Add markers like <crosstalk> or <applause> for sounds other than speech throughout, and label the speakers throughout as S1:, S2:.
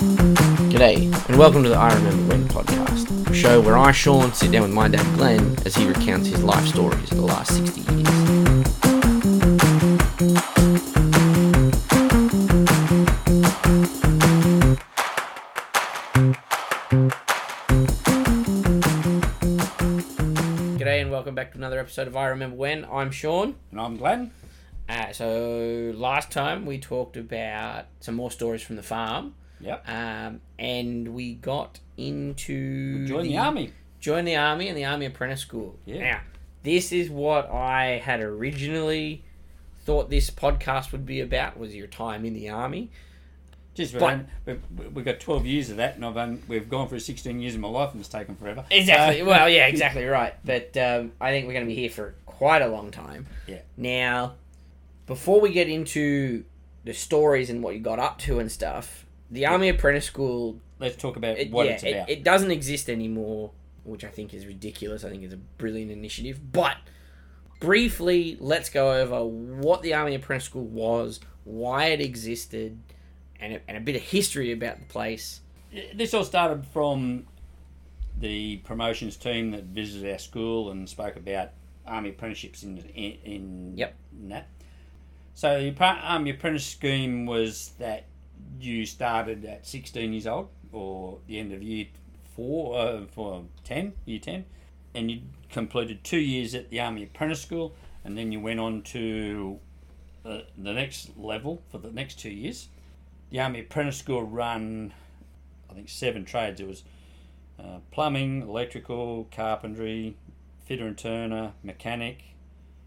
S1: G'day, and welcome to the I Remember When podcast, a show where I, Sean, sit down with my dad, Glenn, as he recounts his life stories of the last 60 years. G'day, and welcome back to another episode of I Remember When. I'm Sean.
S2: And I'm Glenn.
S1: Uh, so, last time we talked about some more stories from the farm.
S2: Yep.
S1: um, and we got into
S2: Join the army.
S1: Join the army and the army apprentice school.
S2: Yeah.
S1: Now, this is what I had originally thought this podcast would be about was your time in the army.
S2: Jeez, we've,
S1: But-
S2: only- we've, we've got 12 years of that, and I've only, we've gone through 16 years of my life, and it's taken forever.
S1: Exactly.
S2: So-
S1: Uh, well, yeah, exactly right. But um, I think we're going to be here for quite a long time.
S2: Yeah.
S1: Now, before we get into the stories and what you got up to and stuff, the army apprentice school
S2: Let's talk about
S1: it,
S2: what
S1: yeah,
S2: it's about.
S1: It, it doesn't exist anymore, which I think is ridiculous. I think it's a brilliant initiative. But briefly, let's go over what the Army Apprentice School was, why it existed, and a, and a bit of history about the place.
S2: this all started from the promotions team that visited our school and spoke about army apprenticeships in in, in,
S1: Yep.
S2: in that. So the appre- army apprentice scheme was that you started at 16 years old or the end of year four uh, for 10 year 10 and you completed two years at the army apprentice school and then you went on to the, the next level for the next two years the army apprentice school run I think seven trades. It was uh, plumbing, electrical, carpentry, fitter and turner, mechanic,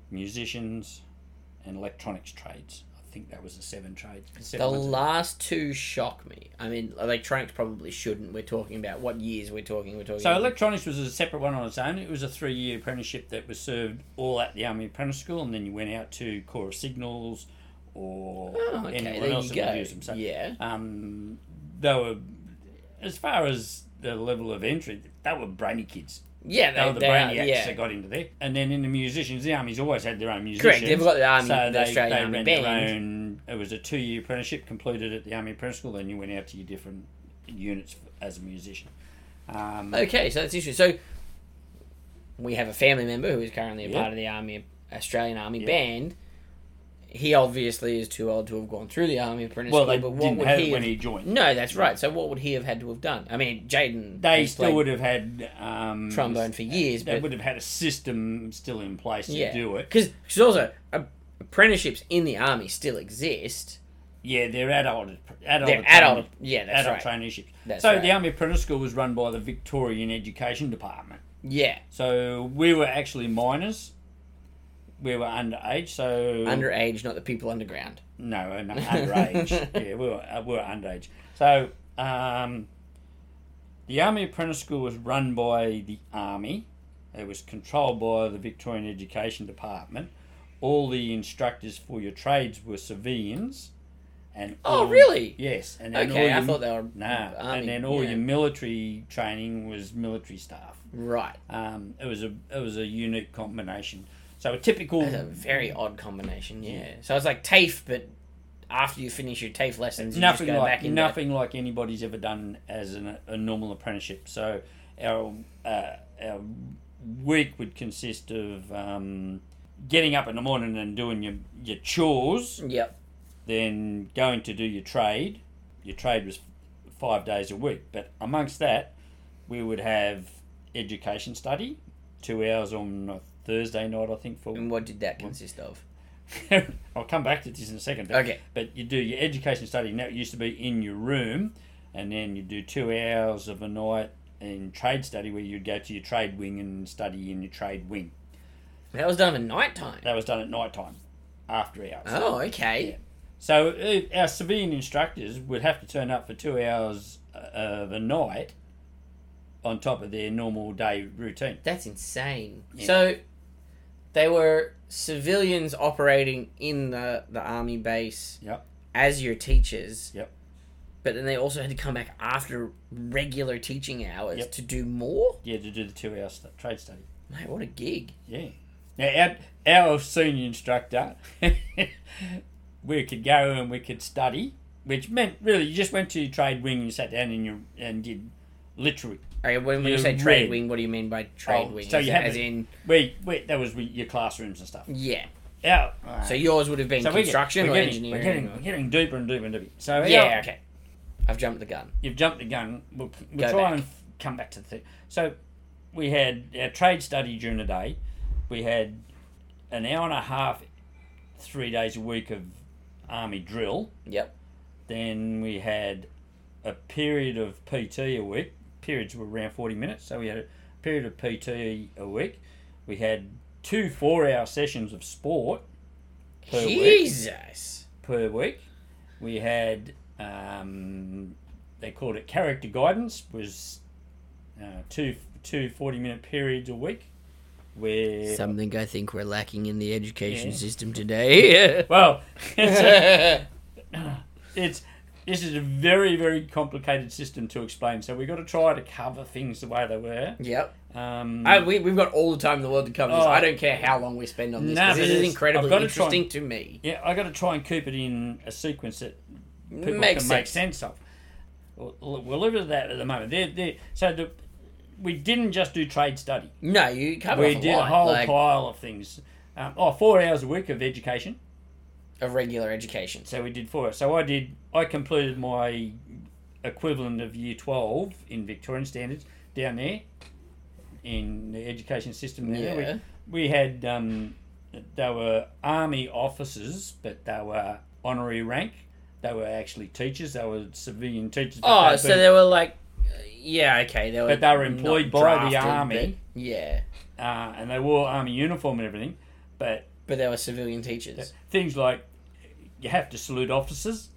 S2: musicians, and electronics trades. I think that was the seven trades.
S1: The
S2: Seven ones.
S1: last two shock me. I mean, electronics probably shouldn't. We're talking about what years we're talking. We're talking.
S2: so
S1: about-
S2: electronics was a separate one on its own. It was a three-year apprenticeship that was served all at the Army Apprentice School, and then you went out to Corps of Signals or
S1: Oh, okay,
S2: anyone
S1: there
S2: else
S1: you
S2: that
S1: go.
S2: would use them. So
S1: yeah.
S2: um, they were, as far as the level of entry, they were brainy kids.
S1: Yeah,
S2: They
S1: they,
S2: were the
S1: they are,
S2: brainiacs
S1: yeah.
S2: that got into there. And then in the musicians, the army's always had their own musicians.
S1: Correct, they've got the army-
S2: so
S1: the
S2: they,
S1: Australian
S2: they
S1: Army
S2: ran
S1: Band.
S2: Their own, it was a two-year apprenticeship completed at the army apprentice school. Then you went out to your different units as a musician. Um,
S1: Okay, so that's interesting. So we have a family member who is currently a
S2: Yeah.
S1: part of the army, Australian Army
S2: Yeah.
S1: Band. He obviously is too old to have gone through the army apprentice
S2: well,
S1: school,
S2: they
S1: but what
S2: didn't
S1: would
S2: have
S1: he
S2: it when
S1: have-
S2: he joined.
S1: No, that's right. So what would he have had to have done? I mean, Jaden
S2: They
S1: has
S2: still
S1: played
S2: would have had um,
S1: trombone for years,
S2: They
S1: but
S2: would have had a system still in place to
S1: yeah,
S2: do it.
S1: because also a- apprenticeships in the army still exist.
S2: Yeah, they're adult, adult,
S1: They're
S2: trained-
S1: adult, yeah, that's
S2: adult
S1: right.
S2: traineeships.
S1: That's
S2: so
S1: right.
S2: the army apprentice school was run by the Victorian Education Department.
S1: Yeah,
S2: So we were actually minors. We were underage, so
S1: underage, not the people underground. <laughs>
S2: no, no underage. yeah, we were uh, we were underage. So um, the Army Apprentice School was run by the Army. It was controlled by the Victorian Education Department. All the instructors for your trades were civilians, and
S1: Oh,
S2: all-
S1: really?
S2: Yes, and then all
S1: Okay, I
S2: your-
S1: thought they were
S2: nah,
S1: army,
S2: and then all
S1: yeah.
S2: your military training was military staff.
S1: right.
S2: Um, it was a it was a unique combination. So a typical
S1: That's a <laughs> very odd combination, yeah. So it's like TAFE, but after you finish your TAFE lessons, you
S2: nothing
S1: just go
S2: like
S1: back in. there.
S2: nothing like anybody's ever done as an, a normal apprenticeship. So our uh, our week would consist of um, getting up in the morning and doing your your chores,
S1: Yep.
S2: then going to do your trade. Your trade was five days a week, but amongst that, we would have education study, two hours on a Thursday night, I think, for
S1: And what did
S2: Mm.
S1: that consist of?
S2: <laughs> I'll come back to this in a second. But,
S1: Okay.
S2: But you do your education study now. It used to be in your room, and then you do two hours of a night in trade study where you'd go to your trade wing and study in your trade wing.
S1: That was done at night time.
S2: That was done at night time, after hours.
S1: Oh, okay.
S2: So uh, our civilian instructors would have to turn up for two hours uh, of a night on top of their normal day routine.
S1: That's insane.
S2: Yeah.
S1: So they were civilians operating in the, the army base
S2: Yep.
S1: as your teachers.
S2: Yep.
S1: But then they also had to come back after regular teaching hours
S2: Yep.
S1: to do more?
S2: Yeah, to do the two hours st- trade study.
S1: Mate, what a gig.
S2: Yeah. Now, our, our senior instructor, <laughs> we could go and we could study, which meant really you just went to your trade wing and you sat down and you and did literary.
S1: Okay, when, when you
S2: Yeah,
S1: say trade
S2: red.
S1: wing, what do you mean by trade
S2: Oh,
S1: wing?
S2: so
S1: as,
S2: you have
S1: as
S2: it.
S1: in,
S2: We, we that was your classrooms and stuff.
S1: yeah.
S2: Yeah.
S1: So yours would have been
S2: So we get-
S1: construction
S2: we're
S1: or
S2: getting,
S1: engineering.
S2: We're getting,
S1: or-
S2: we're getting deeper and deeper and deeper. So
S1: yeah,
S2: our-
S1: okay. I've jumped the gun.
S2: you've jumped the gun. We'll, we'll
S1: Go
S2: try
S1: back.
S2: and f- come back to the thing. So we had our trade study during the day. We had an hour and a half, three days a week of army drill.
S1: Yep.
S2: Then we had a period of PT a week. Periods were around 40 minutes. So we had a period of PT a week. We had two four hour sessions of sport per week
S1: Jesus.
S2: per week. We had um, they called it character guidance was uh, two two 40 minute periods a week where
S1: Something I think we're lacking in the education
S2: Yeah.
S1: system today. <laughs>
S2: well it's,
S1: Yeah.
S2: it's this is a very very complicated system to explain so we've got to try to cover things the way they were
S1: yep.
S2: um,
S1: I, we, we've got all the time in the world to cover this.
S2: Oh.
S1: I don't care how long we spend on this.
S2: Nah,
S1: 'cause
S2: but
S1: this is
S2: it's-
S1: incredibly
S2: I've gotta try
S1: interesting to me.
S2: yeah i got to try and keep it in a sequence that people
S1: Makes
S2: can
S1: sense.
S2: make sense of. We'll, we'll leave it at that at the moment. They're, they're, so the, we didn't just do trade study.
S1: No, you cover
S2: We
S1: off a
S2: did a
S1: lot,
S2: whole
S1: like,
S2: pile of things. Um, oh, four hours a week of education.
S1: of regular education.
S2: So we did four. hours. So I did. I completed my equivalent of year twelve in Victorian standards down there in the education system. There,
S1: Yeah.
S2: we, we had um, they were army officers, but they were honorary rank. They were actually teachers. They were civilian teachers. but
S1: Oh,
S2: they'd
S1: so
S2: been-
S1: they were like, uh, yeah, okay, they were.
S2: But they were
S1: not
S2: employed by the
S1: drafted, but-
S2: army.
S1: yeah,
S2: uh, and they wore army uniform and everything. But
S1: but they were civilian teachers.
S2: things like you have to salute officers,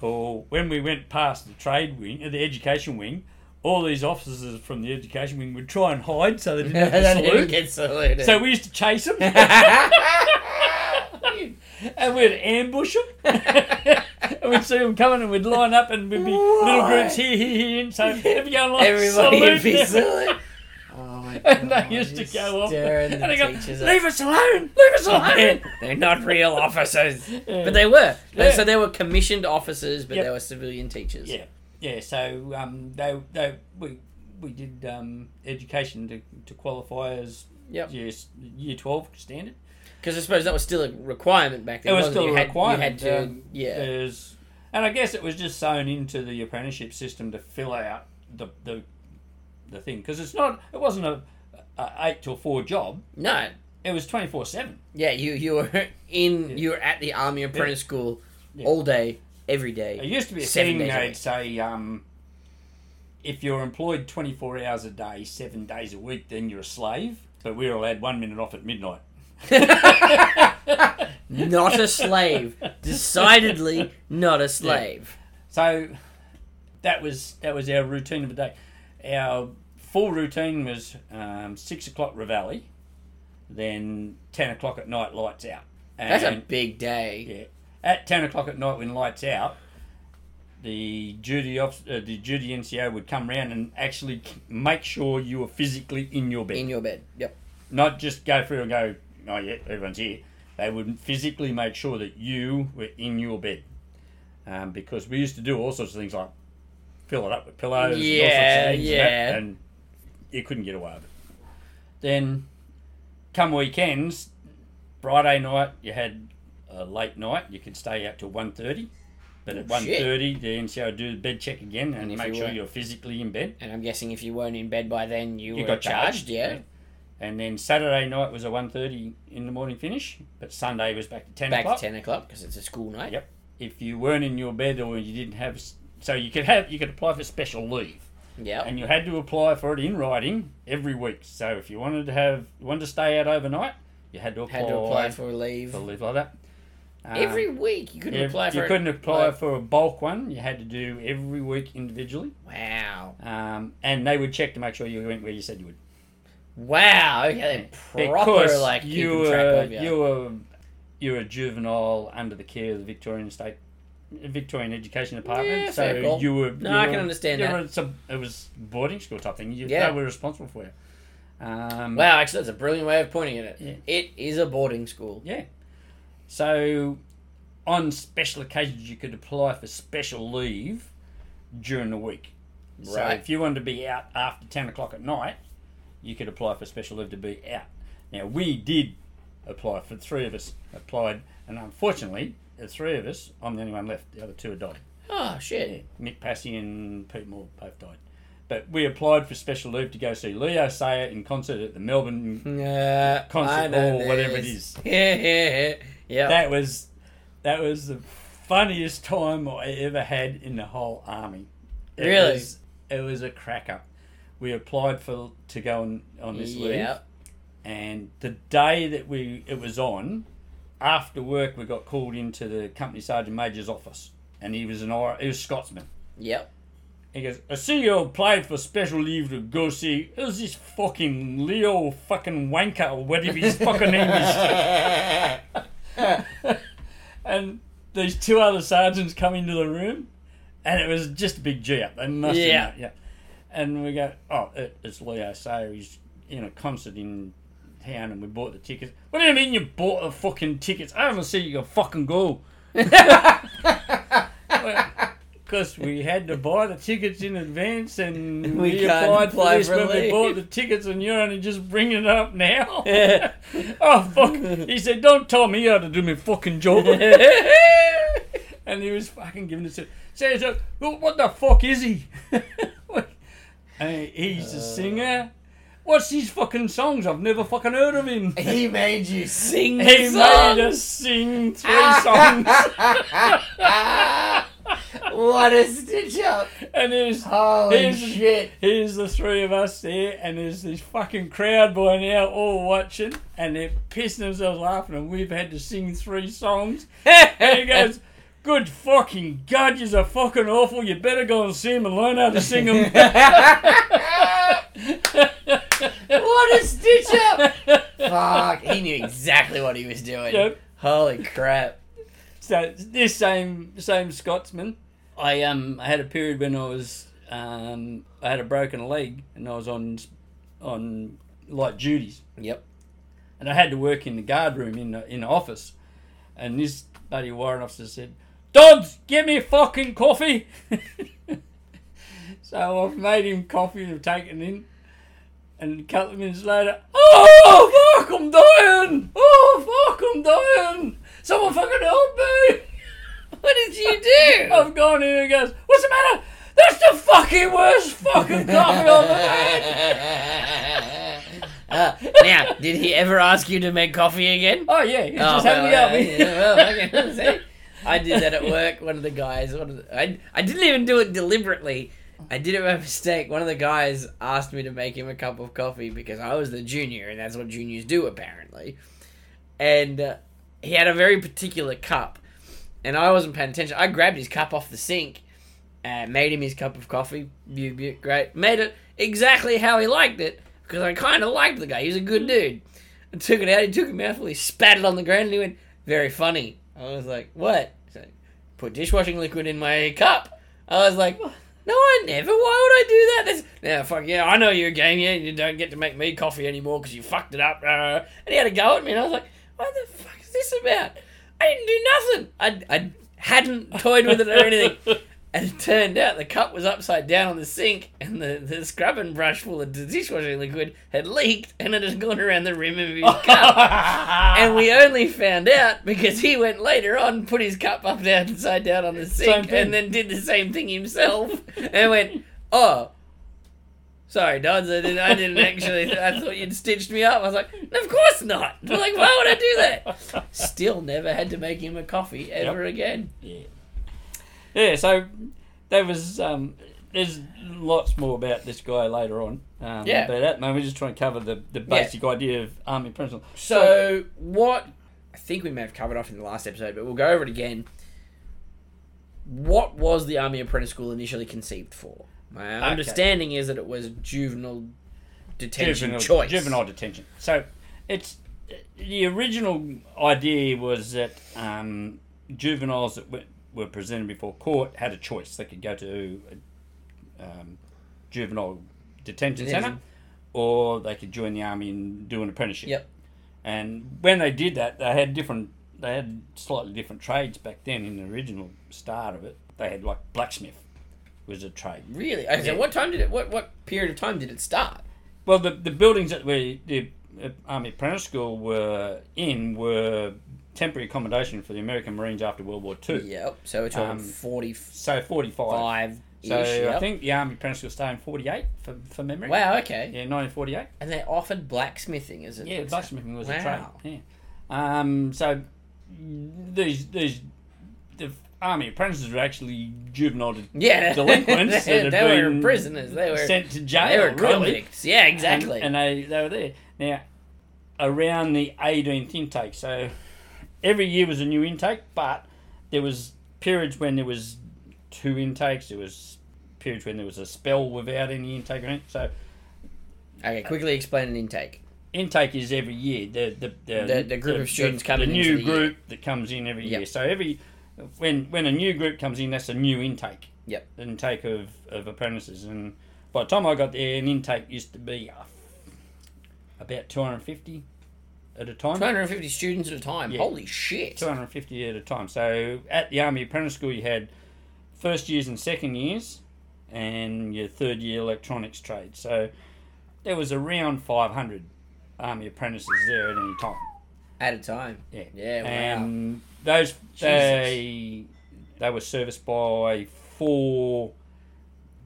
S2: or when we went past the trade wing, uh, the education wing, all these officers from the education wing would try and hide so
S1: <laughs>
S2: they didn't
S1: they
S2: have to
S1: didn't
S2: salute.
S1: get saluted.
S2: So we used to chase
S1: <laughs>
S2: them and we'd ambush them. <laughs> and we'd see them coming and we'd line up and we'd be little
S1: Why?
S2: groups here, here, here. And so everyone like
S1: Everybody would
S2: salute.
S1: be <laughs>
S2: them.
S1: saluted. Oh my god!
S2: <laughs> And they used to
S1: just
S2: go off.
S1: staring
S2: And
S1: the
S2: they go,
S1: teachers up.
S2: leave us alone, leave us alone.
S1: <laughs> They're not real officers, but they were.
S2: <laughs> Yeah.
S1: So they were commissioned officers, but
S2: Yep.
S1: they were civilian teachers.
S2: Yeah, yeah. So um, they they we we did um, education to, to qualify as
S1: Yep.
S2: year, s- year twelve standard.
S1: Because I suppose that was still a requirement back then.
S2: It was
S1: wasn't
S2: still
S1: You
S2: a
S1: had-
S2: requirement.
S1: You had to,
S2: um,
S1: yeah.
S2: there's- and I guess it was just sewn into the apprenticeship system to fill out the the, the thing because it's not it wasn't a, a eight till four job.
S1: No,
S2: It was twenty four seven.
S1: yeah. You you were <laughs> in. You were at the army apprentice school all day, every
S2: It
S1: day.
S2: used to be a
S1: Seven
S2: thing
S1: days a
S2: they'd
S1: week.
S2: say. Um, if you're employed 24 hours a day, seven days a week, then you're a slave. But we were allowed one minute off at midnight.
S1: Not a slave.
S2: <laughs>
S1: Decidedly not a slave.
S2: So that was that was our routine of the day. Our full routine was um, six o'clock reveille, then ten o'clock at night lights out. And
S1: That's a big day.
S2: yeah, at ten o'clock at night when lights out, the duty off uh, the duty NCO would come round and actually k- make sure you were physically in your bed,
S1: In your bed. Yep.
S2: not just go through and go, oh yeah, everyone's here. They would physically make sure that you were in your bed, um, because we used to do all sorts of things like fill it up with pillows,
S1: Yeah,
S2: and all sorts of things and that,
S1: yeah.
S2: and you couldn't get away with it. Then, come weekends, Friday night you had a late night. You could stay out till 1.30. But at
S1: Oh,
S2: 1.30, the NCO would do the bed check again and,
S1: if
S2: make
S1: you
S2: sure
S1: weren't-
S2: you're physically in bed.
S1: And I'm guessing if you weren't in bed by then, you,
S2: You
S1: were
S2: got charged,
S1: Yeah.
S2: yeah. And then Saturday night was a 1.30 in the morning finish, but Sunday was back to 10
S1: Back
S2: o'clock.
S1: to ten o'clock because it's a school night.
S2: Yep. If you weren't in your bed or you didn't have... s- So you could have you could apply for special leave.
S1: Yep.
S2: And you had to apply for it in writing every week. So if you wanted to have... You wanted to stay out overnight, you had to apply,
S1: Had to apply for leave
S2: for leave like that. Um,
S1: every week. You couldn't
S2: ev-
S1: apply for.
S2: You
S1: it,
S2: couldn't apply
S1: like-
S2: for a bulk one. You had to do every week individually.
S1: Wow.
S2: Um, and they would check to make sure you went where you said you would.
S1: Wow. Okay. They're proper
S2: Because
S1: like
S2: you
S1: keeping track
S2: were
S1: of you.
S2: you were you were a juvenile under the care of the Victorian State Victorian Education Department.
S1: Yeah,
S2: so
S1: fair call.
S2: you were.
S1: No,
S2: you
S1: I
S2: were-
S1: can understand
S2: you
S1: that.
S2: were- it's a- it was boarding school type thing. You,
S1: Yeah.
S2: They were responsible for you. Um,
S1: Wow, actually, that's a brilliant way of pointing at it.
S2: Yeah.
S1: It is a boarding school.
S2: Yeah. So, on special occasions, you could apply for special leave during the week. So,
S1: Right.
S2: if you wanted to be out after 10 o'clock at night, you could apply for special leave to be out. Now, we did apply for three of us applied, and unfortunately, the three of us, I'm the only one left. The other two had died.
S1: Oh, shit.
S2: Nick Passy and Pete Moore both died. But we applied for special leave to go see Leo Sayer in concert at the Melbourne
S1: Yeah.
S2: Concert
S1: I know
S2: hall, whatever it
S1: this.
S2: is.
S1: <laughs> Yeah, yeah, yeah. Yeah.
S2: that was that was the funniest time I ever had in the whole army. It
S1: Really?
S2: was, it was a cracker. We applied for to go on on this leave,
S1: yeah.
S2: and the day that we it was on, after work we got called into the company sergeant major's office, and he was an Ir- he was Scotsman. <laughs>
S1: Yep. <laughs>
S2: He goes, I see you applied for special leave to go see. Who's this fucking Leo fucking wanker or whatever his fucking name is? and these two other sergeants come into the room, and it was just a big G up. They must
S1: Yeah.
S2: have known, yeah. And we go, oh, it, it's Leo Sayer. He's in a concert in town, and we bought the tickets. What do you mean you bought the fucking tickets? I haven't seen you fucking
S1: <laughs>
S2: go. Because we had to buy the tickets in advance, and we,
S1: We can't
S2: applied for
S1: apply
S2: this
S1: for
S2: when we
S1: leave.
S2: bought the tickets, and you're only just bringing it
S1: <laughs>
S2: up now.
S1: Yeah.
S2: oh fuck! He said, "Don't tell me how to do my
S1: <laughs>
S2: fucking job." and he was fucking giving us a says, uh, "Well, "What the fuck is he?" <laughs> And he's a singer. What's his fucking songs? I've never fucking heard of him.
S1: he made you sing
S2: <laughs> He
S1: the
S2: made
S1: song.
S2: us sing three songs,
S1: what a stitch up.
S2: and there's
S1: Holy
S2: Here's- <laughs>
S1: shit.
S2: here's the three of us there, and there's this fucking crowd by now all watching, and they're pissing themselves laughing, and we've had to sing three songs. And he goes, "Good fucking god, you're fucking awful. You better go and see him and learn how to sing him."
S1: <laughs> What a stitch up. Fuck. He knew exactly what he was doing.
S2: Yep.
S1: Holy crap.
S2: So this same same Scotsman, I um I had a period when I was um I had a broken leg and I was on on light duties
S1: Yep.
S2: and I had to work in the guard room in the, in the office, and this bloody warrant officer said, "Dodds, get me fucking coffee." <laughs> so I've made him coffee and taken him, and a couple of minutes later, oh fuck, I'm dying! Oh fuck, I'm dying! Someone fucking help me!
S1: What did you
S2: <laughs>
S1: do?
S2: I've gone in and goes, what's the matter? That's the fucking worst fucking
S1: <laughs>
S2: coffee I've ever had.
S1: Uh, now, did he ever ask you to make coffee again?
S2: Oh yeah, he just
S1: Oh,
S2: had me
S1: well,
S2: up.
S1: uh, yeah, well, okay. See?
S2: <laughs>
S1: I did that at work. One of the guys, one of the, I, I didn't even do it deliberately. I did it by mistake. One of the guys asked me to make him a cup of coffee because I was the junior, and that's what juniors do apparently. And uh, he had a very particular cup, and I wasn't paying attention. I grabbed his cup off the sink, and made him his cup of coffee. Beaut, beaut, great. Made it exactly how he liked it because I kind of liked the guy. He's a good dude. I took it out. He took a mouthful. He spat it on the ground. and He went, "Very funny." I was like, "What?" He's like, "Put dishwashing liquid in my cup." I was like, "No, I never. Why would I do that?" That's, now, fuck yeah, I know you're a game. Yeah, you don't get to make me coffee anymore because you fucked it up. Uh, And he had a go at me, and I was like, "What the fuck is this about?" I didn't do nothing. I, I hadn't toyed with it or anything. And it turned out the cup was upside down on the sink, and the, the scrubbing brush full of dishwashing liquid had leaked and it had gone around the rim of
S2: <laughs>
S1: his cup. <laughs> And we only found out because he went later on, put his cup up down, upside down on the sink,
S2: thing.
S1: and then did the same thing himself and went, Oh, sorry, Dodds, I didn't, I didn't actually, I thought you'd stitched me up. I was like, Of course not. I'm like, Why would I do that? Still never had to make him a coffee ever again.
S2: Yeah. Yeah, so that was um there's lots more about this guy later on. Um,
S1: Yeah.
S2: But at the moment, we're just trying to cover the, the basic idea of army principle.
S1: So what I think we may have covered off in the last episode, but we'll go over it again. What was the Army Apprentice School initially conceived for? My understanding is that it was juvenile detention
S2: juvenile,
S1: choice.
S2: juvenile detention. So it's the original idea was that um, juveniles that were, were presented before court had a choice. They could go to a um, juvenile detention
S1: Detention.
S2: centre or they could join the army and do an apprenticeship.
S1: Yep.
S2: And when they did that, they had different. They had slightly different trades back then. In the original start of it, they had like blacksmith was a trade.
S1: Really? Okay, so
S2: Yeah.
S1: what time did it? What what period of time did it start?
S2: Well, the, the buildings that we, the uh, Army Apprentice School were in were temporary accommodation for the American Marines after World War Two.
S1: Yep. So we're talking
S2: Um,
S1: forty-five.
S2: So forty five.
S1: -ish,
S2: So I
S1: yep.
S2: think the Army Apprentice School started in forty eight for, for memory.
S1: Wow. Okay.
S2: Yeah, nineteen forty eight.
S1: And they offered blacksmithing as a
S2: Yeah, blacksmithing was
S1: Wow.
S2: a trade. Yeah. Um, so these these the army apprentices were actually juvenile de-
S1: <laughs> Yeah,
S2: delinquents
S1: they,
S2: that had
S1: they were
S2: been
S1: prisoners. They were
S2: sent to jail.
S1: they were
S2: really.
S1: convicts. Yeah, exactly.
S2: And, and they, they were there. Now, around the 18th intake, so every year was a new intake, but there was periods when there was two intakes, there was periods when there was a spell without any intake or anything. So
S1: okay, quickly explain an intake.
S2: intake is every year. The the the,
S1: The- the group of students
S2: the,
S1: coming
S2: the
S1: into
S2: new
S1: the year.
S2: group that comes in every
S1: Yep.
S2: year. So every when when a new group comes in, that's a new intake.
S1: Yep.
S2: Intake of, of apprentices, and by the time I got there, an intake used to be uh, about two hundred fifty at a time.
S1: Two hundred and fifty students at a time.
S2: Yeah.
S1: Holy shit!
S2: 250 at a time. So at the Army Apprentice School, you had first years and second years, and your third year electronics trade. So there was around 500 Army apprentices there at any time.
S1: At a time.
S2: Yeah.
S1: Yeah. Wow.
S2: And those they they were serviced by four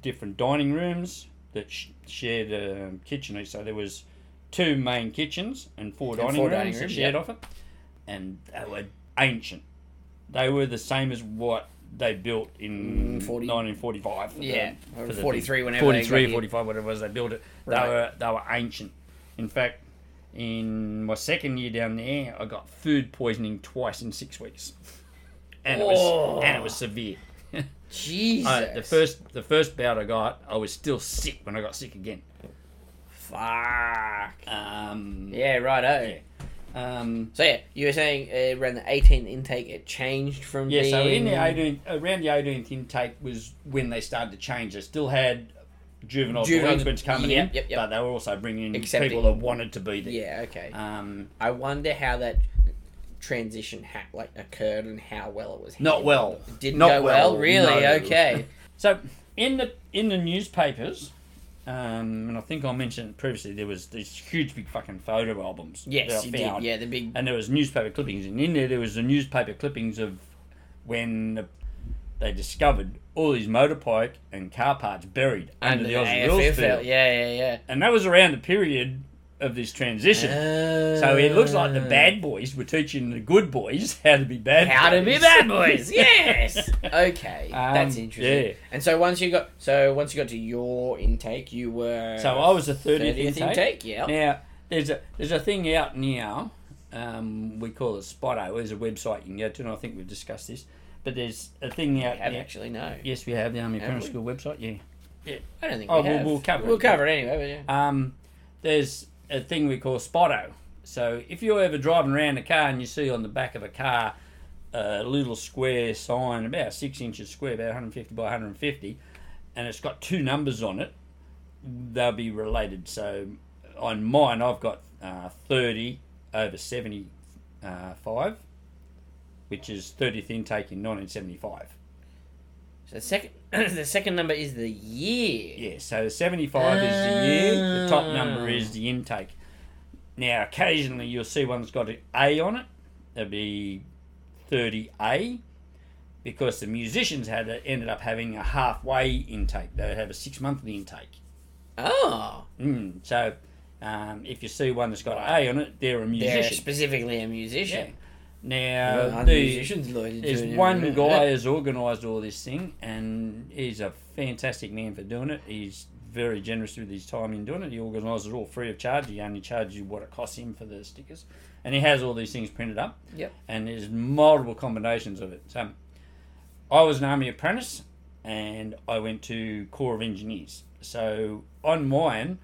S2: different dining rooms that sh- shared a um, kitchen. So there was two main kitchens and four dining
S1: four
S2: rooms
S1: dining
S2: that
S1: rooms,
S2: shared
S1: yeah.
S2: off it, and they were ancient. They were the same as what they built in
S1: Mm, 40.
S2: 1945. for the-
S1: yeah.
S2: for the-
S1: 43 whenever they got
S2: 43,
S1: here.
S2: 45, whatever it was they built it.
S1: Right.
S2: They were they were ancient. In fact, in my second year down there, I got food poisoning twice in six weeks, and it
S1: Oh.
S2: was and it was severe.
S1: Jesus.
S2: I- the first the first bout I got, I was still sick when I got sick again.
S1: Fuck.
S2: Um,
S1: Yeah. Righto.
S2: Yeah. um,
S1: So yeah, you were saying uh, around the 18th intake, it changed from
S2: yeah.
S1: being
S2: So in the 18, around the eighteenth intake was when they started to change. They still had juvenile,
S1: Juvenile-
S2: delinquents coming
S1: yep,
S2: in,
S1: yep, yep.
S2: but they were also bringing in
S1: Accepting.
S2: people that wanted to be there.
S1: yeah. Okay.
S2: Um,
S1: I wonder how that transition ha- like occurred and how well it was.
S2: Not
S1: handled.
S2: well.
S1: It didn't
S2: Not
S1: go well.
S2: well,
S1: Really?
S2: no. <laughs>
S1: Okay.
S2: So in the in the newspapers, um, and I think I mentioned previously, there was these huge big fucking photo albums.
S1: Yes,
S2: that I
S1: you did.
S2: found,
S1: Yeah, the big
S2: And there was newspaper clippings, and in there there was the newspaper clippings of when the, they discovered all these motorbike and car parts buried under, the, Aussie rules
S1: AFFL.
S2: field,
S1: Yeah, yeah,
S2: and that was around the period of this
S1: yeah.
S2: transition. so it looks like the bad boys were teaching the good boys how to be bad.
S1: How to
S2: boys.
S1: be bad boys? <laughs>
S2: <laughs>
S1: Yes. okay,
S2: Um,
S1: that's interesting.
S2: yeah.
S1: And so once you got, so once you got to your intake, you were
S2: So I was the thirtieth
S1: thirtieth intake.
S2: intake.
S1: Yeah.
S2: Now there's a there's a thing out now. Um, we call it Spotto. There's a website you can go to, and I think we've discussed this. But there's a thing
S1: I
S2: out.
S1: have
S2: now-
S1: actually no.
S2: Yes, we have the Army
S1: Have
S2: Apprentice
S1: we?
S2: School website. Yeah.
S1: I don't think.
S2: Oh,
S1: we
S2: we'll-
S1: have.
S2: we'll cover
S1: We'll
S2: it.
S1: cover it anyway. But
S2: Um, there's a thing we call Spotto. So if you're ever driving around a car and you see on the back of a car a little square sign, about six inches square, about 150 by 150, and it's got two numbers on it, they'll be related. So on mine, I've got uh, 30 over 75, which is 30th intake in 1975.
S1: yeah. So second, <clears throat> the second number is the year.
S2: Yeah, so 75 is the year, the top number is the intake. Now, occasionally you'll see one's got an A on it, that'd be 30A, because the musicians had ended up having a halfway intake. They have a six monthly intake.
S1: Oh,
S2: Mm, so um, if you see one that's got an A on it, they're a
S1: they're
S2: musician.
S1: specifically a
S2: Yeah.
S1: musician.
S2: Now,
S1: Well, aren't
S2: the-
S1: musicians loaded
S2: there's
S1: doing
S2: one
S1: everything?
S2: guy who's organised all this thing, and he's a fantastic man for doing it. He's very generous with his time in doing it. He organises it all free of charge. He only charges you what it costs him for the stickers, and he has all these things printed up.
S1: Yep.
S2: And there's multiple combinations of it. So, I was an army apprentice, and I went to Corps of Engineers. So on mine,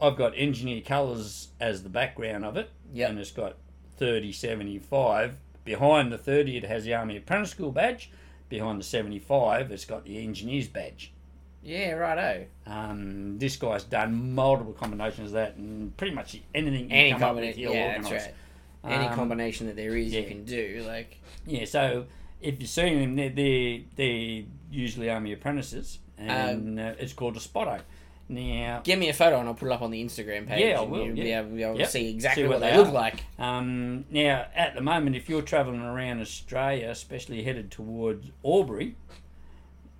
S2: I've got engineer colours as the background of it,
S1: Yep.
S2: and it's got 3075. Behind the 30, it has the Army Apprentice School badge. Behind the 75, it's got the engineer's badge.
S1: <laughs> Yeah, righto.
S2: Um, this guy's done multiple combinations of that, and pretty much anything you
S1: Any
S2: come up with,
S1: combination,
S2: he'll
S1: yeah, that's
S2: organise.
S1: right. Any
S2: Um,
S1: combination that there is, you
S2: yeah.
S1: can do. Like,
S2: Yeah, so if you're seeing them, they're, they're, they're usually army apprentices,
S1: Um,
S2: and uh, it's called a spotto. Now,
S1: give me a photo and I'll put it up on the Instagram page.
S2: Yeah, I
S1: and
S2: will,
S1: You'll be
S2: yeah.
S1: able, be able
S2: Yep.
S1: to see exactly
S2: See
S1: what,
S2: what
S1: they,
S2: they
S1: look
S2: are.
S1: like.
S2: um, now at the moment, if you're travelling around Australia, especially headed towards Albury,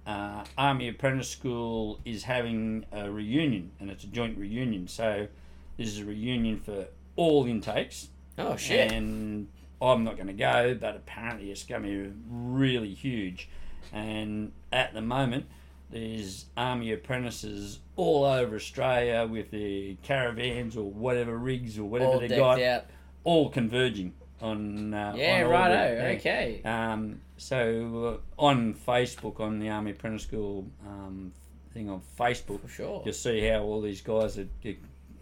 S2: uh, Army Apprentice School is having a reunion, and it's a joint reunion. So this is a reunion for all intakes.
S1: Oh shit!
S2: And I'm not going to go, but apparently it's going to be really huge. And at the moment, there's army apprentices all over Australia with their caravans or whatever rigs or whatever
S1: All
S2: they
S1: decked
S2: got,
S1: out.
S2: all converging on. Uh,
S1: Yeah,
S2: on
S1: righto.
S2: Albury. Yeah.
S1: Okay.
S2: Um, so uh, on Facebook, on the Army Apprentice School um, thing on Facebook,
S1: For sure.
S2: you see how all these guys are, are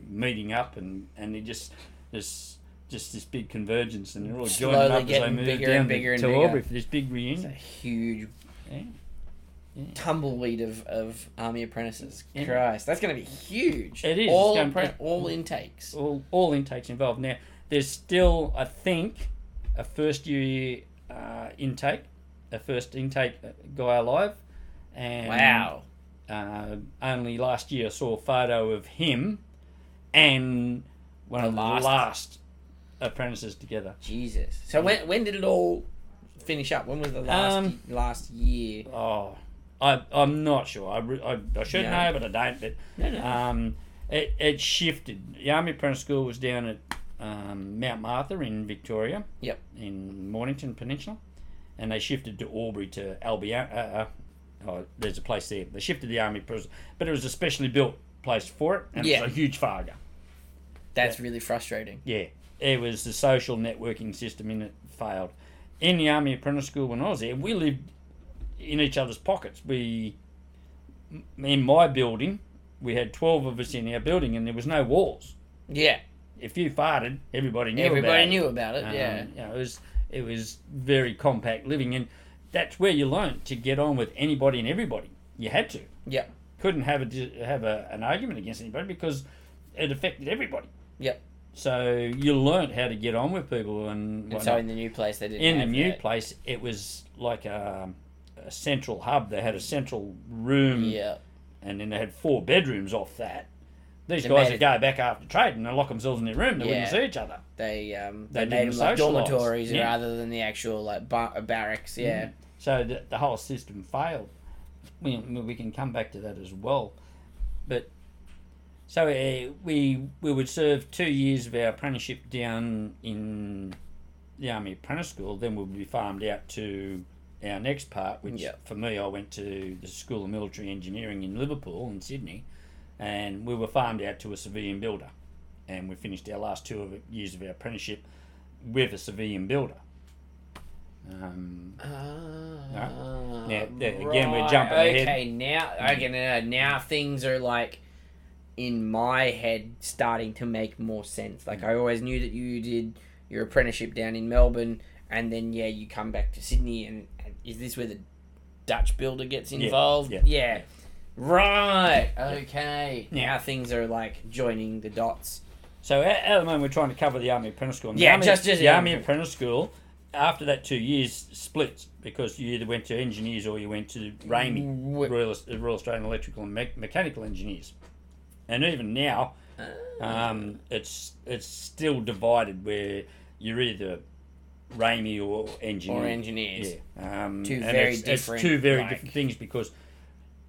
S2: meeting up and and they just this just this big convergence and they're all joining
S1: Slowly
S2: up as they
S1: getting
S2: move
S1: bigger
S2: down
S1: and bigger
S2: to,
S1: and
S2: to
S1: bigger.
S2: Albury for this big
S1: It's a
S2: reunion.
S1: huge
S2: Yeah.
S1: tumbleweed of, of army apprentices.
S2: Yeah.
S1: Christ, that's going to be huge.
S2: It is.
S1: All,
S2: It's gonna be-
S1: appren- all intakes.
S2: All all intakes involved. Now there's still I think a first year uh, intake, a first intake uh, guy alive, and
S1: Wow.
S2: uh, only last year I saw a photo of him and one
S1: The
S2: of
S1: last.
S2: the last apprentices together.
S1: Jesus. So when, when did it all finish up? When was the last
S2: Um,
S1: last year?
S2: Oh, I, I'm not sure. I, re- I, I should
S1: Yeah.
S2: know, but I don't. But
S1: No, <laughs> no.
S2: um, it, it shifted. The Army Apprentice School was down at um, Mount Martha in Victoria.
S1: Yep.
S2: In Mornington Peninsula, and they shifted to Albury to Albion. Uh, uh, oh, there's a place there. They shifted the Army prison, but it was a specially built place for it, and it
S1: Yeah.
S2: was a huge farga.
S1: That's really frustrating.
S2: Yeah, it was the social networking system in it failed. In the army apprentice school when I was there, we lived in each other's pockets. We, in my building, we had twelve of us in our building, and there was no walls.
S1: Yeah.
S2: If you farted, everybody knew.
S1: Everybody
S2: about
S1: knew about it.
S2: It. Um,
S1: yeah.
S2: you know, it was it was very compact living, and that's where you learnt to get on with anybody and everybody. You had to
S1: Yep.
S2: couldn't have a di- have a, an argument against anybody because it affected everybody.
S1: Yep.
S2: So you learnt how to get on with people
S1: And
S2: and, whatnot.
S1: so in the new place they didn't.
S2: in the
S1: have
S2: new
S1: that.
S2: place, it was like a, a central hub. They had a central room,
S1: Yeah.
S2: and then they had four bedrooms off that. These
S1: They
S2: guys
S1: made
S2: would go back after trade and they lock themselves in their room. They wouldn't
S1: Yeah.
S2: see each other.
S1: They um
S2: They
S1: they, made them
S2: didn't
S1: like
S2: socialise.
S1: dormitories
S2: Yeah.
S1: rather than the actual like bar- barracks. Yeah.
S2: So the, the whole system failed. We, we can come back to that as well. But so uh, we we would serve two years of our apprenticeship down in the Army Apprentice School. Then we'd be farmed out to our next part, which
S1: Yeah.
S2: for me, I went to the School of Military Engineering in Liverpool and Sydney, and we were farmed out to a civilian builder. And we finished our last two of, years of our apprenticeship with a civilian builder. Um,
S1: Ah,
S2: Yeah, yeah, again, we're
S1: right.
S2: jumping ahead.
S1: Okay, now I can uh, now things are like in my head starting to make more sense. Like I always knew that you did your apprenticeship down in Melbourne, and then yeah, you come back to Sydney, and, and is this where the Dutch builder gets involved?
S2: yeah,
S1: yeah. Right. Okay.
S2: Yeah.
S1: Now things are like joining the dots.
S2: So at, at the moment, we're trying to cover the Army Apprentice School. And the
S1: Yeah,
S2: Army,
S1: just- just-
S2: the Army Apprentice School. After that two years splits because you either went to engineers or you went to RAMI,
S1: Wh-
S2: Royal, Royal Australian Electrical and Me- Mechanical Engineers, and even now,
S1: Uh,
S2: um, it's it's still divided where you're either RAMI or engineer.
S1: or engineers.
S2: Yeah. Um,
S1: Two
S2: and
S1: very
S2: it's,
S1: different,
S2: It's two very
S1: like-
S2: different things because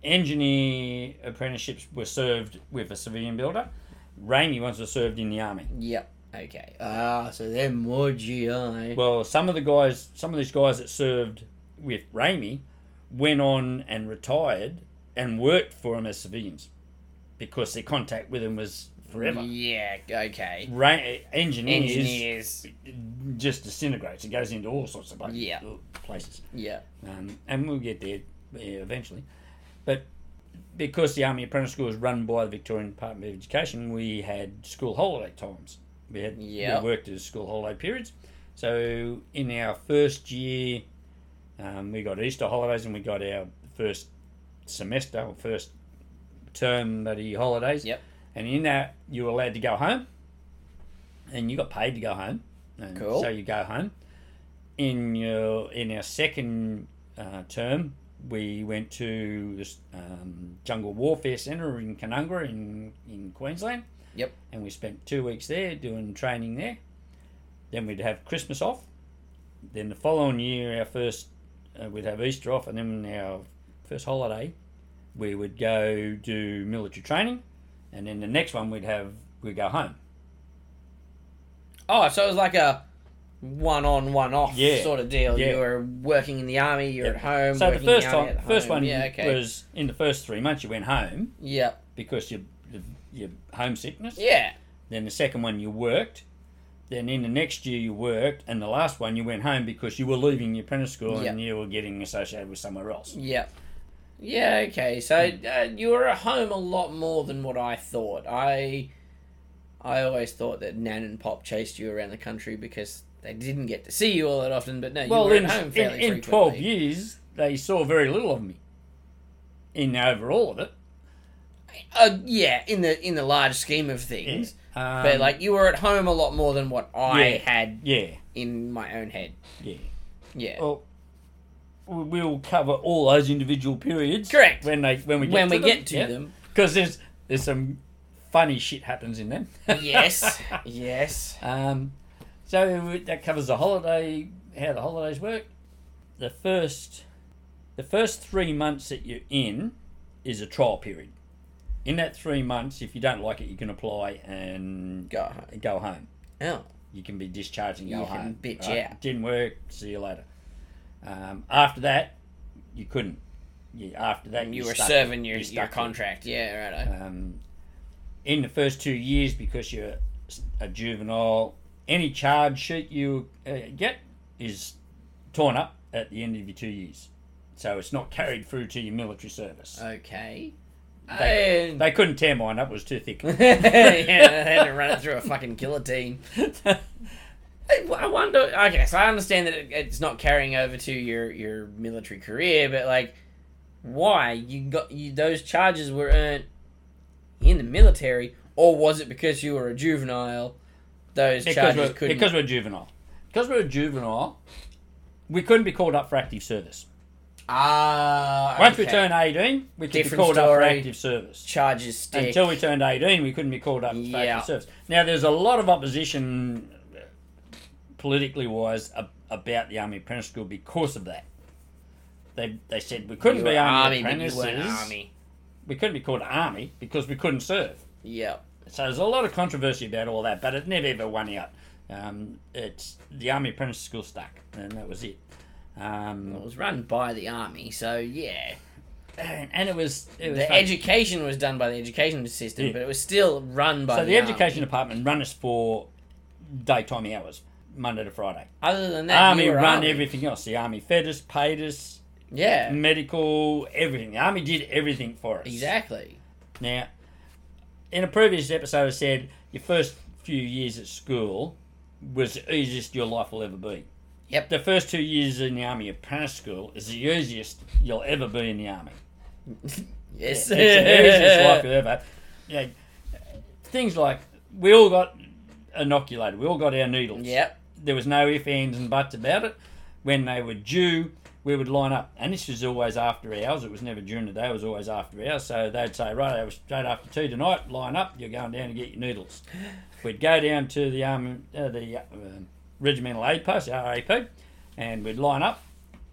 S2: engineer apprenticeships were served with a civilian builder. Rainy ones were served in the army.
S1: Yep. Okay. Ah, so they're more GI.
S2: Well, some of the guys, some of these guys that served with Raimi, went on and retired and worked for him as civilians because their contact with him was forever.
S1: Yeah. Okay.
S2: Ra- engineers
S1: engineers.
S2: just disintegrates. It goes into all sorts of places.
S1: Yeah.
S2: places.
S1: Yeah.
S2: um, and we'll get there uh, eventually. But because the Army Apprentice School is run by the Victorian Department of Education, we had school holiday times. We had
S1: Yep.
S2: we worked as school holiday periods. So in our first year, um, we got Easter holidays and we got our first semester or first term that he holidays.
S1: Yep.
S2: And in that, you were allowed to go home, and you got paid to go home. And
S1: Cool.
S2: So you go home. In your in our second uh, term, we went to this um, Jungle Warfare Centre in Canungra in in Queensland.
S1: Yep.
S2: And we spent two weeks there doing training there. Then we'd have Christmas off. Then the following year, our first uh, we'd have Easter off, and then our first holiday, we would go do military training, and then the next one we'd have we go home.
S1: Oh, so it was like a one on, one off
S2: Yeah.
S1: sort of deal.
S2: Yeah.
S1: You were working in the army, you're
S2: Yep.
S1: at home.
S2: So the
S1: working in
S2: first
S1: army
S2: time,
S1: at
S2: first
S1: home.
S2: one
S1: yeah, okay.
S2: was in the first three months you went home
S1: yeah,
S2: because you your homesickness.
S1: yeah,
S2: Then the second one you worked. Then in the next year you worked, and the last one you went home because you were leaving your apprentice school
S1: Yep.
S2: and you were getting associated with somewhere else.
S1: yeah, yeah. Okay, so uh, you were at home a lot more than what I thought. I, I always thought that Nan and Pop chased you around the country because they didn't get to see you all that often. But no, you
S2: Well,
S1: were
S2: in,
S1: at home
S2: in,
S1: fairly
S2: in
S1: frequently.
S2: 12 years, they saw very little of me in the overall of it.
S1: Uh, yeah, in the in the large scheme of things.
S2: Um,
S1: But like you were at home a lot more than what I
S2: Yeah.
S1: had
S2: yeah,
S1: in my own head.
S2: yeah.
S1: Yeah.
S2: Well, we- we'll cover all those individual periods.
S1: Correct.
S2: When they when we get
S1: when
S2: to
S1: we
S2: them.
S1: get to them.
S2: because there's there's some funny shit happens in them. <laughs>
S1: Yes. yes.
S2: Um, so that covers the holiday, how the holidays work. The first, the first three months that you're in is a trial period. In that three months, if you don't like it, you can apply and
S1: Go home.
S2: go home.
S1: Oh.
S2: You can be discharged and go
S1: You can
S2: home.
S1: bitch out.
S2: Didn't work. See you later. Um, after that, you couldn't. You, after that,
S1: And you
S2: you're
S1: were
S2: stuck-
S1: serving your,
S2: you're
S1: your
S2: stuck there
S1: contract. Yeah, right.
S2: um, in the first two years because you're a juvenile. Any charge sheet you uh, get is torn up at the end of your two years, so it's not carried through to your military service.
S1: Uh, Okay.
S2: They-
S1: And-
S2: they couldn't tear mine up; it was too
S1: <laughs>
S2: thick. <laughs>
S1: yeah, they had to run it through a fucking guillotine. I I wonder. Okay, so I understand that it, it's not carrying over to your your military career, but like, why you got you those charges were earned in the military, or was it because you were a juvenile? Those
S2: because
S1: charges
S2: we're,
S1: couldn't.
S2: because we're a juvenile. Because we're a juvenile, we couldn't be called up for active service.
S1: ah,
S2: Once we
S1: okay.
S2: turn eighteen, we could
S1: Different
S2: be called up for
S1: story.
S2: active service.
S1: charges stick.
S2: Until we turned 18, we couldn't be called up for
S1: Yeah.
S2: active service. Now, there's a lot of opposition uh, politically wise ab- about the Army Apprentice School because of that. They, they said we couldn't
S1: you
S2: be
S1: were
S2: Army,
S1: but you
S2: Apprentices.
S1: weren't army.
S2: We couldn't be called Army because we couldn't serve.
S1: Yep.
S2: So there's a lot of controversy about all that, but it never ever won out. Um, it's the Army Apprentice School stuck, and that was it. Um,
S1: It was run by the army, so yeah.
S2: and, and it was it was
S1: the
S2: funny.
S1: education was done by the education system,
S2: Yeah.
S1: but it was still run by
S2: So
S1: the,
S2: the education
S1: Army.
S2: department run us for daytime hours, Monday to Friday.
S1: Other than that,
S2: Army
S1: you were
S2: run
S1: Army.
S2: everything else. The army fed us, paid us,
S1: Yeah,
S2: medical, everything. The army did everything for us.
S1: exactly.
S2: Now, in a previous episode, I said your first few years at school was the easiest your life will ever be.
S1: Yep.
S2: The first two years in the army apprentice school is the easiest you'll ever be in the army.
S1: Yes,
S2: It's the easiest life you'll ever have. Yeah. Things like we all got inoculated. We all got our needles.
S1: <laughs> Yep.
S2: There was no ifs, ands, and buts about it. When they were due, we would line up, and this was always after hours. It was never during the day. It was always after hours. So they'd say, "Right, it was straight after two tonight. Line up. You're going down to get your needles." We'd go down to the um, uh, the uh, um, regimental aid post, RAP, and we'd line up,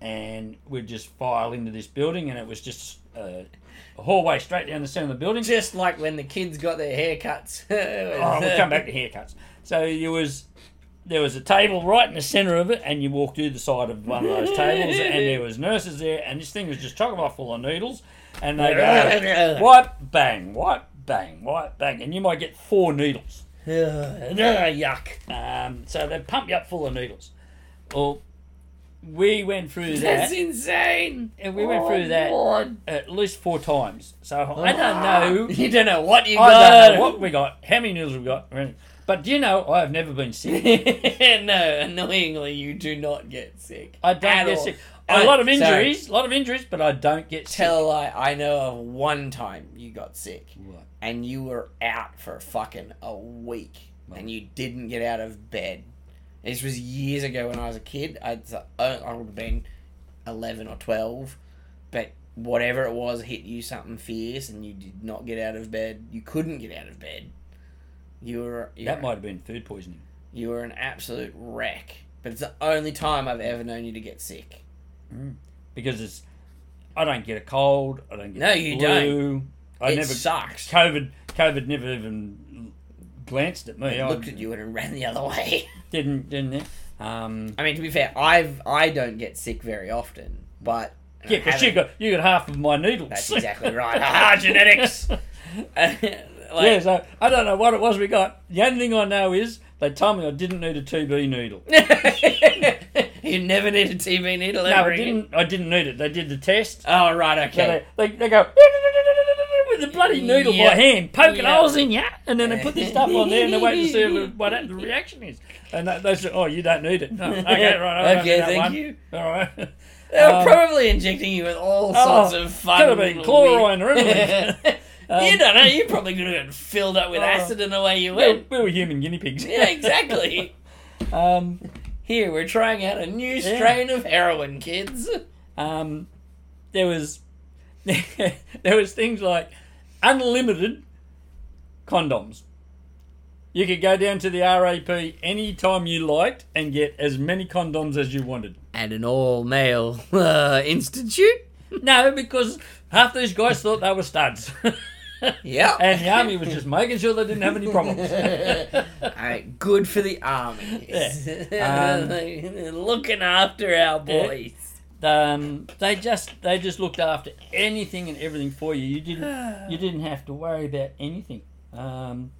S2: and we'd just file into this building, and it was just uh, a hallway straight down the centre of the building.
S1: Just like when the kids got their haircuts. <laughs>
S2: Oh, we'll come back to haircuts. So you was there was a table right in the centre of it, and you walked through the side of one of those tables, and there was nurses there, and this thing was just chock a block full of needles, and they go <laughs> wipe bang, wipe bang, wipe bang, and you might get four needles. Ah,
S1: Yuck.
S2: Um, so they pump you up full of needles. Well, we went through
S1: That's
S2: that.
S1: insane. Oh,
S2: And we went through that
S1: Lord.
S2: at least four times. So I don't know.
S1: Oh. <laughs> You don't know what <laughs> you got.
S2: I don't know what we got, how many needles we got, or anything. but do you know I have never been sick.
S1: no, annoyingly, you do not get sick.
S2: I don't
S1: At
S2: get
S1: all.
S2: sick. a
S1: I-
S2: lot of
S1: so-
S2: injuries, a lot of injuries, but I don't get sick.
S1: Tell I, I know of one time you got sick
S2: What?
S1: and you were out for fucking a week and you didn't get out of bed. This was years ago when I was a kid. I'd, I would have been 11 or 12, but whatever it was hit you something fierce and you did not get out of bed. You couldn't get out of bed. You were you
S2: That
S1: were-
S2: might have been food poisoning.
S1: you were an absolute wreck. But it's the only time I've ever known you to get sick.
S2: because it's I don't get a cold. I don't get
S1: No, you
S2: flu. I
S1: it
S2: never
S1: sucks.
S2: COVID. COVID never even glanced at me. I
S1: looked at you and ran the other <laughs> way.
S2: Didn't didn't it? Um,
S1: I mean, to be fair, I've I don't get sick very often, but
S2: yeah, because you
S1: Having-
S2: got you got half of my needles.
S1: That's
S2: <laughs>
S1: exactly right. <laughs>
S2: Ah,
S1: Ah, genetics. <laughs> like,
S2: <laughs> yeah, so I don't know what it was we got. The only thing I know is they told me I didn't need a TB needle.
S1: <laughs> you never need a TB needle.
S2: No,
S1: ever
S2: I
S1: again.
S2: didn't. I didn't need it. They did the test.
S1: Oh right,
S2: So
S1: okay.
S2: they, they, they go <laughs> with the bloody noodle
S1: Yeah.
S2: by hand, poking
S1: Yeah.
S2: holes in you, and then they put this stuff on there and they wait to see if-
S1: <laughs>
S2: what the reaction is. And they, they say, "Oh, you don't need it." No, okay, right.
S1: <laughs>
S2: I'll
S1: Okay,
S2: have that
S1: thank
S2: one.
S1: you.
S2: All right.
S1: They were
S2: Um,
S1: probably injecting you with all sorts of fun.
S2: could have
S1: <laughs>
S2: been chlorine Um, or everything.
S1: you don't know. You probably could have gotten filled up with
S2: Oh.
S1: acid in the way you
S2: <laughs> we,
S1: went.
S2: we were human guinea pigs.
S1: yeah, exactly.
S2: <laughs> Um,
S1: Here we're trying out a new strain of heroin, kids.
S2: um, there was <laughs> there was things like unlimited condoms. You could go down to the RAP any time you liked and get as many condoms as you wanted.
S1: And an all male uh, institute.
S2: No, because half those guys thought they were studs.
S1: Yeah.
S2: and the army was just making sure they didn't have any problems.
S1: Alright, good for the army. <laughs> Looking after our
S2: <sighs>
S1: boys.
S2: um, they just they just looked after anything and everything for you. You didn't you didn't have to worry about anything. Um,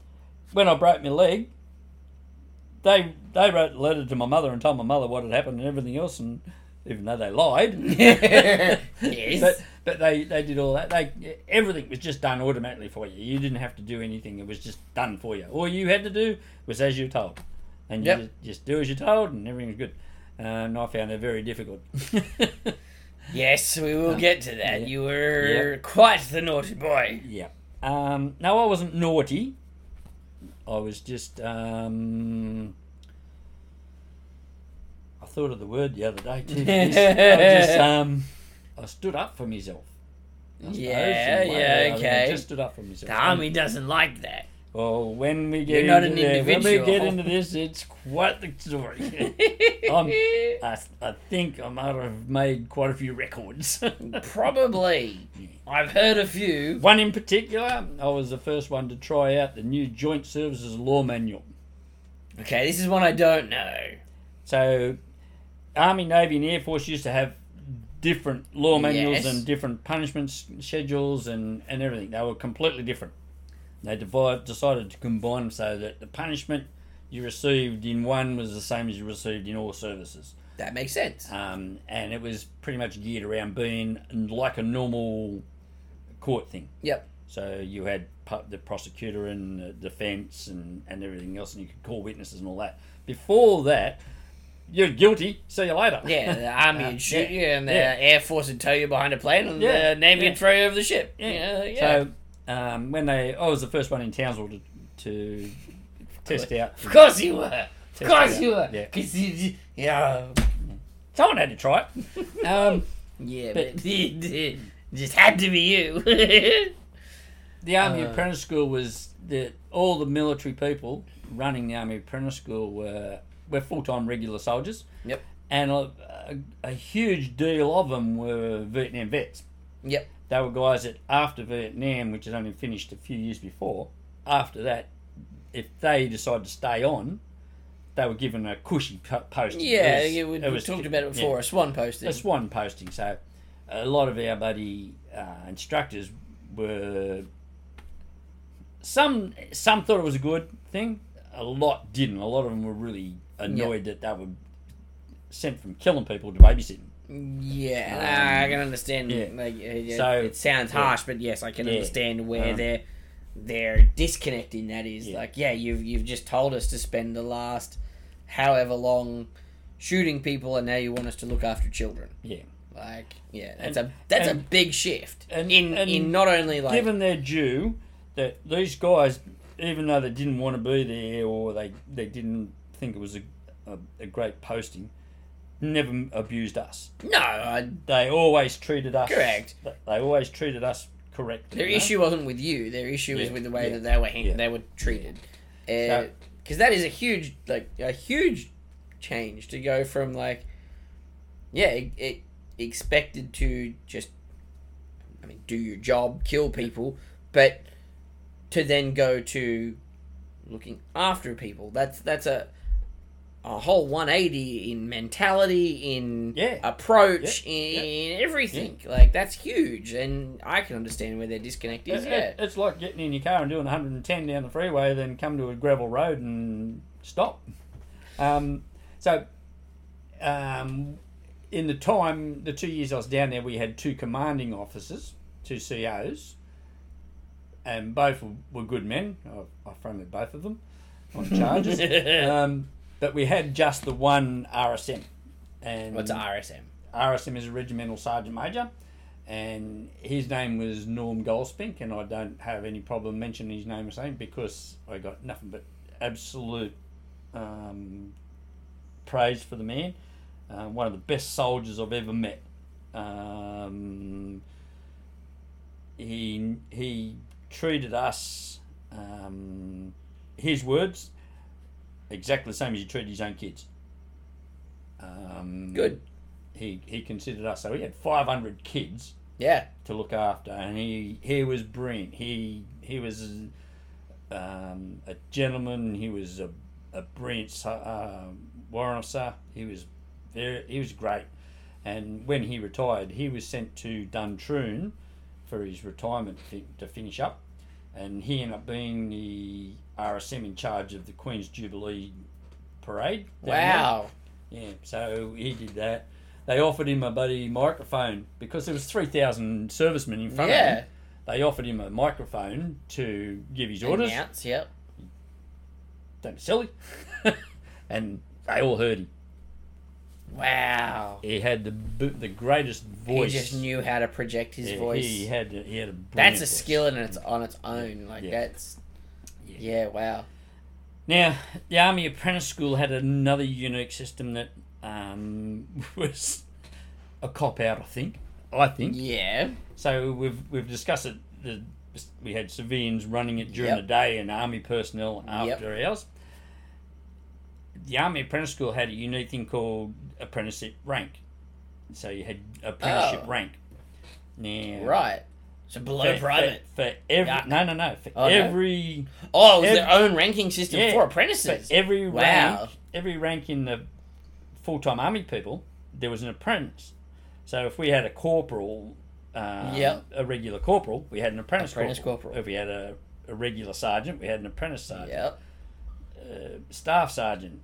S2: when I broke my leg, they they wrote a letter to my mother and told my mother what had happened and everything else, and even though
S1: <laughs>
S2: they lied, <laughs>
S1: yes.
S2: but but they they did all that. They everything was just done automatically for you. You didn't have to do anything. It was just done for you. All you had to do was as you were told, and
S1: Yep.
S2: you just, just do as you're told, and everything was good. And I found it very difficult. <laughs>
S1: yes, we will get to that.
S2: Um, yeah.
S1: You were quite the naughty boy.
S2: Yeah. Um, no, I wasn't naughty. I was just. Um, I thought of the word the other day
S1: <laughs>
S2: too. I was just. Um, I stood up for myself. I suppose, in a
S1: Yeah,
S2: way.
S1: yeah,
S2: I mean,
S1: okay.
S2: just stood up for myself.
S1: The army doesn't like
S2: <laughs>
S1: that.
S2: Well, when we get
S1: You're not
S2: into
S1: an
S2: the- when
S1: individual.
S2: we get into this, it's quite the story. <laughs> I'm, I, I think I might have made quite a few records.
S1: <laughs>
S2: <laughs>
S1: Probably. I've heard a few.
S2: One in particular, I was the first one to try out the new Joint Services Law Manual.
S1: Okay, this is one I don't know.
S2: So, Army, Navy, and Air Force used to have different law manuals
S1: Yes.
S2: and different punishment s- schedules and, and everything. They were completely different. They divide, decided to combine them so that the punishment you received in one was the same as you received in all services.
S1: That makes sense.
S2: Um, and it was pretty much geared around being like a normal court thing.
S1: Yep.
S2: So you had pu- the prosecutor and the defence and, and everything else, and you could call witnesses and all that. Before that, you're guilty. See you later.
S1: Yeah,
S2: <laughs>
S1: the army
S2: Uh,
S1: would shoot
S2: yeah,
S1: you, and the
S2: yeah.
S1: air force would tow you behind a plane, and
S2: Yeah,
S1: the navy
S2: yeah.
S1: would throw you over the ship. Yeah, yeah.
S2: So um, when they, I was the first one in Townsville to, to test out.
S1: of course you were. Of course
S2: yeah,
S1: you were.
S2: yeah.
S1: 'Cause you- yeah.
S2: Someone had to try
S1: <laughs>
S2: it. Um,
S1: Yeah,
S2: But-
S1: but, it just had to be you. <laughs>
S2: the Army
S1: Uh,
S2: Apprentice School was the all the military people running the Army Apprentice School were were full time regular soldiers.
S1: Yep.
S2: And a, a, a huge deal of them were Vietnam vets.
S1: yep.
S2: they were guys that after Vietnam, which had only finished a few years before, after that, if they decided to stay on, they were given a cushy po- posting.
S1: Yeah,
S2: It was-
S1: yeah, we,
S2: it
S1: we
S2: was-
S1: talked about it
S2: yeah,
S1: before. A swan posting.
S2: a swan posting. So a lot of our buddy uh, instructors were some some thought it was a good thing. A lot didn't. A lot of them were really annoyed that they were sent from killing people to babysitting.
S1: yeah,
S2: Um,
S1: nah, I can understand.
S2: yeah.
S1: Like, uh,
S2: So-
S1: it sounds
S2: yeah.
S1: harsh, but yes, I can
S2: Yeah.
S1: understand where
S2: Um,
S1: their their disconnect in that is.
S2: Yeah.
S1: Like, yeah, you've you've just told us to spend the last however long shooting people, and now you want us to look after children.
S2: Yeah.
S1: Like, yeah, that's a that's a
S2: and-
S1: big shift
S2: and-
S1: in
S2: and
S1: in not only like
S2: given their due that these guys, even though they didn't want to be there or they, they didn't think it was a, a, a great posting, never abused us.
S1: no, I,
S2: They always treated us
S1: Correct.
S2: They they always treated us correctly.
S1: their
S2: you know?
S1: issue wasn't with you. Their issue was
S2: Yeah,
S1: with the way
S2: yeah,
S1: that they were hand-
S2: yeah.
S1: they were treated. Because
S2: So-
S1: that is a huge like a huge change to go from like yeah it, it expected to just I mean do your job, kill people, but to then go to looking after people. That's that's a a whole 180 in mentality, in
S2: Yeah.
S1: approach,
S2: Yeah.
S1: in everything. Like that's huge, and I can understand where their disconnect
S2: It's,
S1: is.
S2: <laughs>
S1: Yeah,
S2: it's like getting in your car and doing 110 down the freeway, then come to a gravel road and stop. Um, so, um, in the time, the two years I was down there, we had two commanding officers, two COs, and both were- were good men. I, I fronted both of them on charges.
S1: <laughs>
S2: um, but we had just the one RSM. And
S1: what's a RSM?
S2: RSM is a regimental sergeant major, and his name was Norm Goldspink, and I don't have any problem mentioning his name or something because I got nothing but absolute um, praise for the man. Uh, one of the best soldiers I've ever met. Um, he he treated us, um, his words, exactly the same as he treated his own kids. Um,
S1: Good.
S2: he, he considered us. So he had 500 kids
S1: Yeah,
S2: to look after, and he he was brilliant. He he was um, a gentleman. He was a, a brilliant so- uh, warrant officer. He was very he was great. And when he retired, he was sent to Duntroon for his retirement fi- to finish up, and he ended up being the RSM in charge of the Queen's Jubilee parade. down there.
S1: wow.
S2: Yeah, so he did that. They offered him a bloody microphone because there was three thousand servicemen in front of
S1: Yeah,
S2: him. They offered him a microphone to give his orders.
S1: announce. Yep.
S2: Don't be silly. <laughs> and they all heard him.
S1: Wow.
S2: He had the b- the greatest voice.
S1: He just knew how to project his
S2: Yeah,
S1: voice.
S2: He had he had a brilliant
S1: that's a
S2: voice.
S1: skill and it's on its own. Like
S2: Yeah.
S1: that's.
S2: Yeah.
S1: Yeah. Wow.
S2: Now, the Army Apprentice School had another unique system that um, <laughs> was a cop out. I think. I think.
S1: Yeah.
S2: So we've we've discussed it. The, we had civilians running it during
S1: Yep.
S2: the day and army personnel
S1: Yep.
S2: after hours. The army apprentice school had a unique thing called apprenticeship rank. So you had apprenticeship
S1: Oh.
S2: rank. Now,
S1: Right. So below
S2: For,
S1: private.
S2: for, for every
S1: Yuck.
S2: no no no for
S1: Oh, no.
S2: every
S1: Oh, it was
S2: ev-
S1: their own ranking system
S2: Yeah,
S1: for
S2: So
S1: apprentices.
S2: every
S1: Wow.
S2: rank, every rank in the full-time army people, there was an apprentice. So if we had a corporal, um,
S1: Yep.
S2: a regular corporal, we had an apprentice,
S1: Apprentice
S2: corporal.
S1: corporal.
S2: If we had a, a regular sergeant, we had an apprentice sergeant,
S1: Yep.
S2: uh, staff sergeant,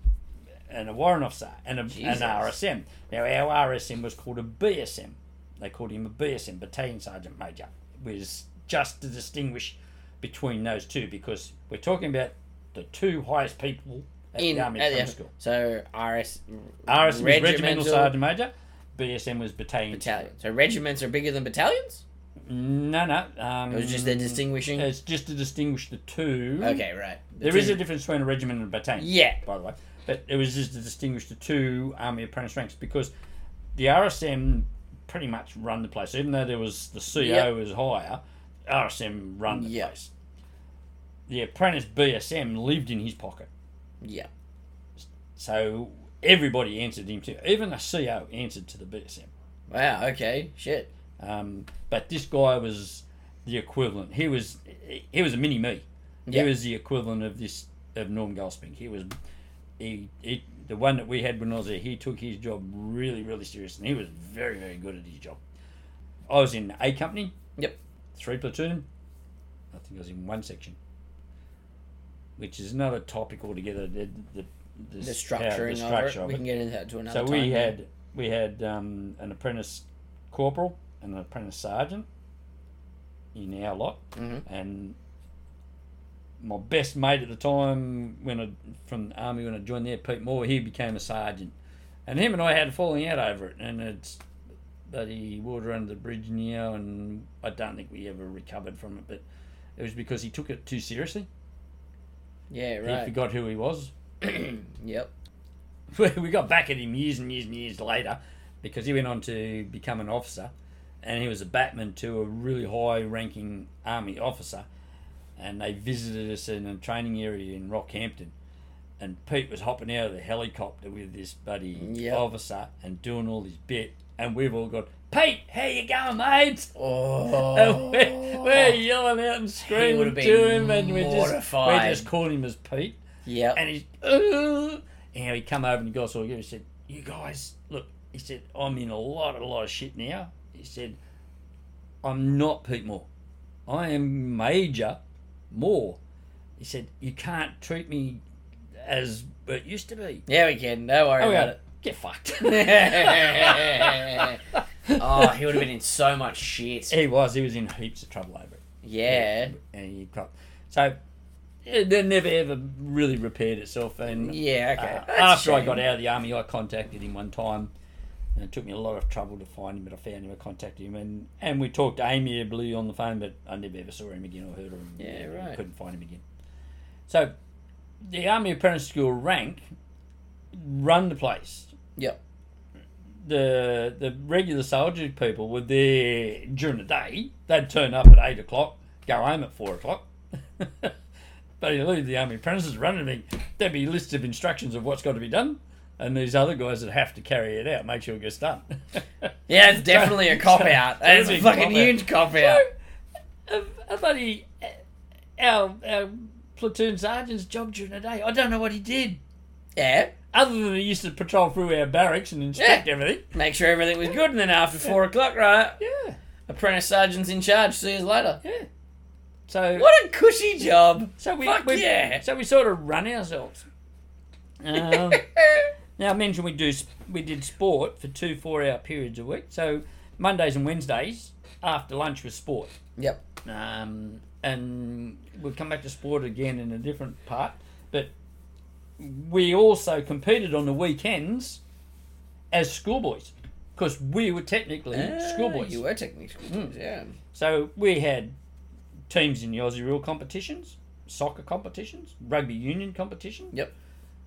S2: and a warrant officer, and a, an
S1: Jesus.
S2: RSM. Now our RSM was called a BSM. They called him a BSM, battalion sergeant major, was just to distinguish between those two because we're talking about the two highest people at
S1: in
S2: the army
S1: at the-
S2: Apprentice school.
S1: So RS
S2: RSM was regimental sergeant major. BSM was battalion.
S1: battalion. So regiments are bigger than battalions.
S2: No, no. Um,
S1: It was just their distinguishing.
S2: It's just to distinguish the two.
S1: okay, right.
S2: There is a difference between a regiment and a battalion.
S1: yeah.
S2: by the way. But it was just to distinguish the two army apprentice ranks because the RSM pretty much run the place. Even though there was the CO
S1: Yep.
S2: was higher, RSM run the
S1: Yep.
S2: place. The apprentice BSM lived in his pocket,
S1: Yeah.
S2: so everybody answered him too. Even the CO answered to the BSM.
S1: Wow. Okay. Shit.
S2: Um, but this guy was the equivalent. He was he was a mini me.
S1: Yeah.
S2: He was the equivalent of this of Norm Goldspink. He was he, he the one that we had when I was there. He took his job really really serious, and he was very very good at his job. I was in A company.
S1: Yep.
S2: Three platoon. I think I was in one section, which is another topic altogether. The the, the,
S1: The
S2: s- how- the
S1: structuring
S2: structure
S1: of it. We can get into that to another
S2: so
S1: time.
S2: we had we had um, an apprentice corporal and an apprentice sergeant in our lot,
S1: Mhm.
S2: and my best mate at the time when I from the army when I joined there, Pete Moore, he became a sergeant, and him and I had a falling out over it, and it's bloody water under the bridge now, and I don't think we ever recovered from it. But it was because he took it too seriously.
S1: Yeah,
S2: He
S1: right.
S2: forgot who he was.
S1: Yep.
S2: <laughs> we got back at him years and years and years later because he went on to become an officer and he was a batman to a really high ranking army officer and they visited us in a training area in rockhampton and pete was hopping out of the helicopter with this buddy
S1: Yep.
S2: officer and doing all his bit and we've all got pete how you going mate <laughs>
S1: Oh.
S2: and we're, we're yelling out and screaming
S1: would've been
S2: to him and we're just, we're
S1: mortified.
S2: just calling him as pete
S1: <laughs> Yep.
S2: and he's, Ugh! and he come over and he got us all together. He said, "You guys, look," he said, "I'm in a lot, a lot of shit now." He said, "I'm not Pete Moore. I am Major Moore." He said, "You can't treat me as it used to be."
S1: Yeah, we can. Don't worry
S2: Oh,
S1: about
S2: yeah.
S1: it.
S2: Get fucked. <laughs>
S1: <laughs> oh, he would have been in so much
S2: <laughs>
S1: shit.
S2: he was. He was in heaps of trouble over it.
S1: Yeah.
S2: and he got so. It never ever really repaired itself, and
S1: Yeah, okay.
S2: Uh,
S1: That's a
S2: after I
S1: shame.
S2: got out of the army, I contacted him one time, and it took me a lot of trouble to find him. But I found him. I contacted him, and, and we talked amiably on the phone. But I never ever saw him again or heard of him.
S1: Yeah,
S2: again.
S1: right.
S2: Couldn't find him again. So, the army apprentice school rank run the place.
S1: Yep.
S2: The the regular soldier people were there during the day. They'd turn up at eight o'clock, go home at four o'clock. <laughs> But you leave the army apprentices running, me. there'd be lists of instructions of what's got to be done, and these other guys that have to carry it out, make sure it gets done.
S1: Yeah,
S2: <laughs>
S1: it's definitely a cop out. That's a
S2: Big
S1: fucking
S2: cop-out.
S1: huge cop out.
S2: a, a bloody uh, our, our platoon sergeant's job during the day. I don't know what he did,
S1: Yeah.
S2: other than he used to patrol through our barracks and inspect
S1: Yeah.
S2: everything.
S1: Make sure everything was good, and then after four o'clock, right?
S2: Yeah,
S1: Apprentice sergeant's in charge. See you later.
S2: yeah. So
S1: What a cushy job.
S2: So we,
S1: Fuck
S2: we
S1: yeah.
S2: So we sort of run ourselves.
S1: <laughs>
S2: Um, Now, I mentioned we do we did sport for two four hour periods a week. So Mondays and Wednesdays after lunch was sport,
S1: yep.
S2: um, and we'll come back to sport again in a different part. But we also competed on the weekends as schoolboys because we were technically schoolboys.
S1: Ah, You were technically schoolboys, yeah.
S2: So we had teams in the Aussie Rule competitions, soccer competitions, rugby union competition.
S1: Yep.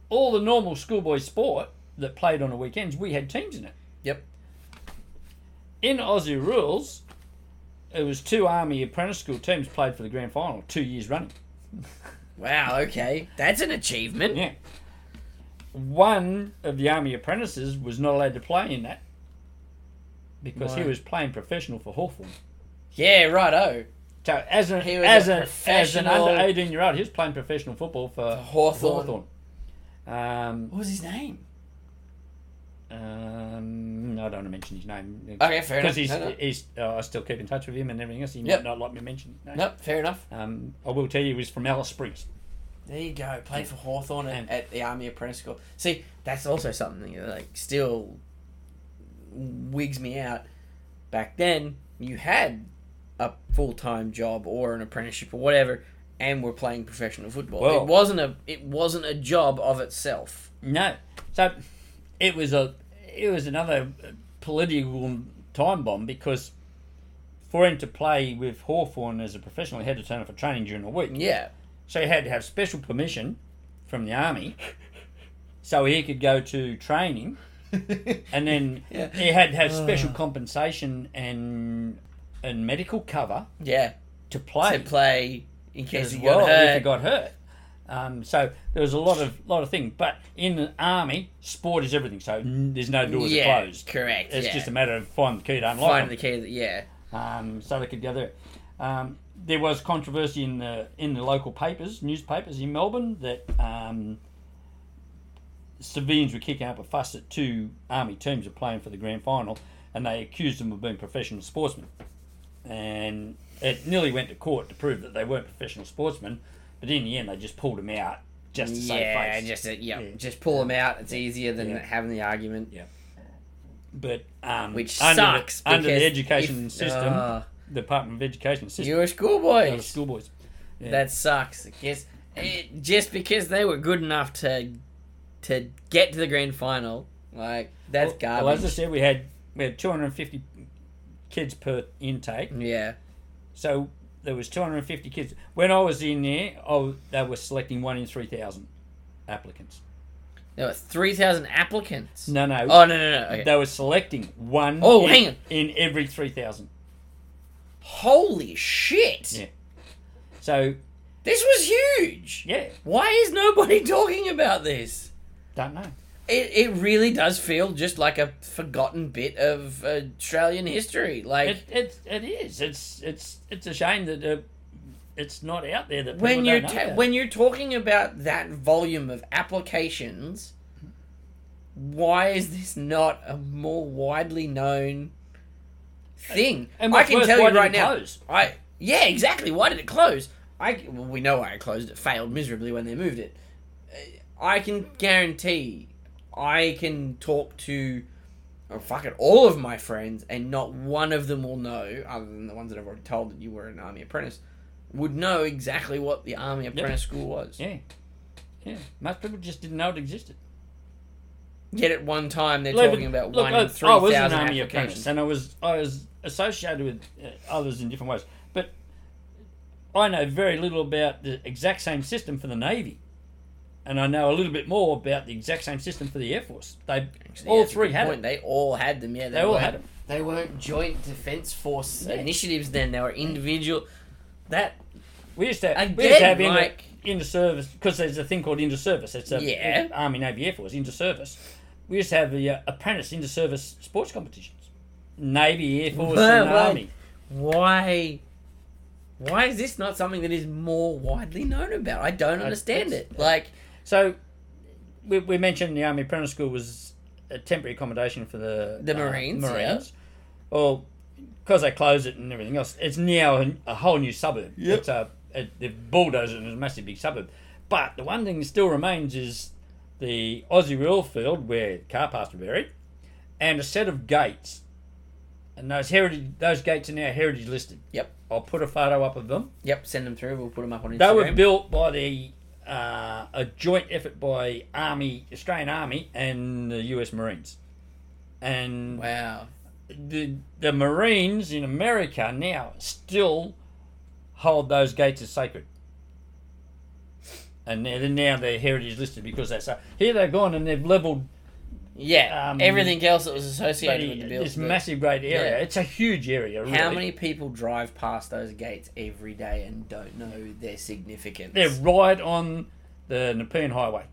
S2: All the normal schoolboy sport that played on the weekends, we had teams in it.
S1: Yep.
S2: In Aussie Rules, it was two Army apprentice school teams played for the grand final two years running.
S1: Wow, okay. That's an achievement.
S2: Yeah. One of the Army apprentices was not allowed to play in that because he
S1: Why?
S2: was playing professional for Hawthorn.
S1: Yeah, righto.
S2: So as an
S1: He was
S2: as
S1: a
S2: an as an
S1: professional-
S2: under eighteen year old, he was playing professional football for
S1: Hawthorn.
S2: Hawthorn. Um,
S1: What was his name?
S2: um, I don't want to mention his name
S1: Okay, fair enough.
S2: because Uh, he's,
S1: No, no.
S2: he's uh, I still keep in touch with him and everything else. He
S1: Yep.
S2: might not like me mentioning. his name.
S1: Nope, fair enough.
S2: Um, I will tell you, he was from Alice Springs.
S1: There you go. Played for Hawthorn
S2: And-
S1: at, at the Army Apprentice School. See, that's also something that like still wigs me out. Back then, you had a full time job or an apprenticeship or whatever, and were playing professional football.
S2: Well-
S1: it wasn't a it wasn't a job of itself.
S2: No, so it was a it was another uh, political time bomb because for him to play with Hawthorn as a professional, he had to turn up for training during the week. <laughs>
S1: Yeah,
S2: So he had to have special permission from the army, <laughs> so he could go to training, and <laughs> then
S1: Yeah.
S2: he had to have special compensation and and medical cover
S1: yeah. To
S2: to play
S1: play in case
S2: as
S1: you
S2: well
S1: got
S2: if he
S1: hurt.
S2: got hurt. Um, so there was a lot of lot of things, but in the army, sport is everything. So n- there's no doors are
S1: yeah,
S2: closed.
S1: correct.
S2: It's
S1: yeah.
S2: just a matter of finding the key to unlock
S1: finding
S2: them.
S1: the key. That, yeah,
S2: um, so they could go there. Um, there was controversy in the in the local papers, newspapers in Melbourne, that um, civilians were kicking up a fuss that two army teams were playing for the grand final, and they accused them of being professional sportsmen. And it nearly went to court to prove that they weren't professional sportsmen, but in the end they just pulled them out just to save
S1: yeah.
S2: face.
S1: Just a, yeah,
S2: Yeah.
S1: just pull them out. It's easier than
S2: Yeah.
S1: having the argument.
S2: but um,
S1: Which
S2: under
S1: sucks
S2: the, under the
S1: because
S2: education
S1: if-
S2: system,
S1: Ah.
S2: the Department of Education system,
S1: You're a schoolboy.
S2: they were schoolboys. Yeah.
S1: That sucks. Yes, it, just because they were good enough to to get to the grand final, like that's
S2: Well, well, as I oh,
S1: garbage.
S2: said, we had we had 250 kids per intake.
S1: Yeah.
S2: So there was 250 kids. When I was in there, oh, they were selecting one in 3,000 applicants.
S1: There were 3,000 applicants.
S2: No, no.
S1: Oh, no, no, no. Okay.
S2: They were selecting one.
S1: Oh,
S2: in,
S1: hang on.
S2: In every 3,000.
S1: Holy shit.
S2: Yeah. So,
S1: This was huge.
S2: yeah,
S1: Why is nobody <laughs> talking about this?
S2: don't know.
S1: It, it really does feel just like a forgotten bit of Australian history. Like,
S2: It, it, it is. It's it's it's a shame that uh, it's not out there that people
S1: when
S2: don't
S1: you're
S2: know
S1: ta-
S2: that.
S1: when you're talking about that volume of applications, why is this not a more widely known thing?
S2: Uh, and
S1: I
S2: what's
S1: can
S2: worse,
S1: tell
S2: why
S1: you
S2: did it
S1: right now.
S2: close?
S1: I yeah, exactly. Why did it close? I c- well, we know why it closed. It failed miserably when they moved it. Uh, I can guarantee, I can talk to, oh, fuck it, all of my friends, and not one of them will know, other than the ones that I've already told that you were an army apprentice, would know exactly what the army apprentice school was.
S2: yeah, yeah. Most people just didn't know it existed.
S1: Yet at one time they're
S2: Look,
S1: talking about
S2: look,
S1: one
S2: I,
S1: in three
S2: I was an
S1: thousand
S2: army
S1: applications.
S2: apprentice, and I was I was associated with uh, others in different ways. But I know very little about the exact same system for the Navy, and I know a little bit more about the exact same system for the Air Force. They
S1: Actually,
S2: all
S1: yeah, that's a
S2: three
S1: good
S2: had
S1: point.
S2: it.
S1: They all had them. Yeah,
S2: They all
S1: weren't-
S2: had them.
S1: They weren't joint defense force
S2: Yeah.
S1: initiatives then. They were individual. That
S2: We used to we used to
S1: again,
S2: have in
S1: like
S2: inter service because there's a thing called inter service. It's a uh,
S1: Yeah.
S2: Army Navy Air Force inter service. We used to have the uh, apprentice inter service sports competitions, Navy Air Force
S1: Right,
S2: and
S1: right.
S2: Army.
S1: why, why is this not something that is more widely known about? I don't understand
S2: it's-
S1: it. Like,
S2: So we, we mentioned the Army Apprentice School was a temporary accommodation for the uh,
S1: The Marines,
S2: Marines. Well, because they closed it and everything else, it's now a, a whole new suburb.
S1: Yep.
S2: It's a, it, they've bulldozed it and it's a massive big suburb. But the one thing that still remains is the Aussie Royal Field where car parks are buried, and a set of gates. And those heritage, those gates are now heritage listed.
S1: Yep.
S2: I'll put a photo up of them.
S1: yep, send them through. We'll put them up on Instagram.
S2: They were built by the uh, a joint effort by Army Australian Army and the US Marines, and
S1: wow.
S2: the the Marines in America now still hold those gates as sacred. And they're, they're now they're heritage listed because that's a, here they've gone and they've leveled
S1: Yeah,
S2: Um,
S1: everything else that was associated
S2: bloody-
S1: with the bill.
S2: this massive great area. It's a huge area. Really.
S1: How many people drive past those gates every day and don't know their significance?
S2: They're right on the Nepean Highway,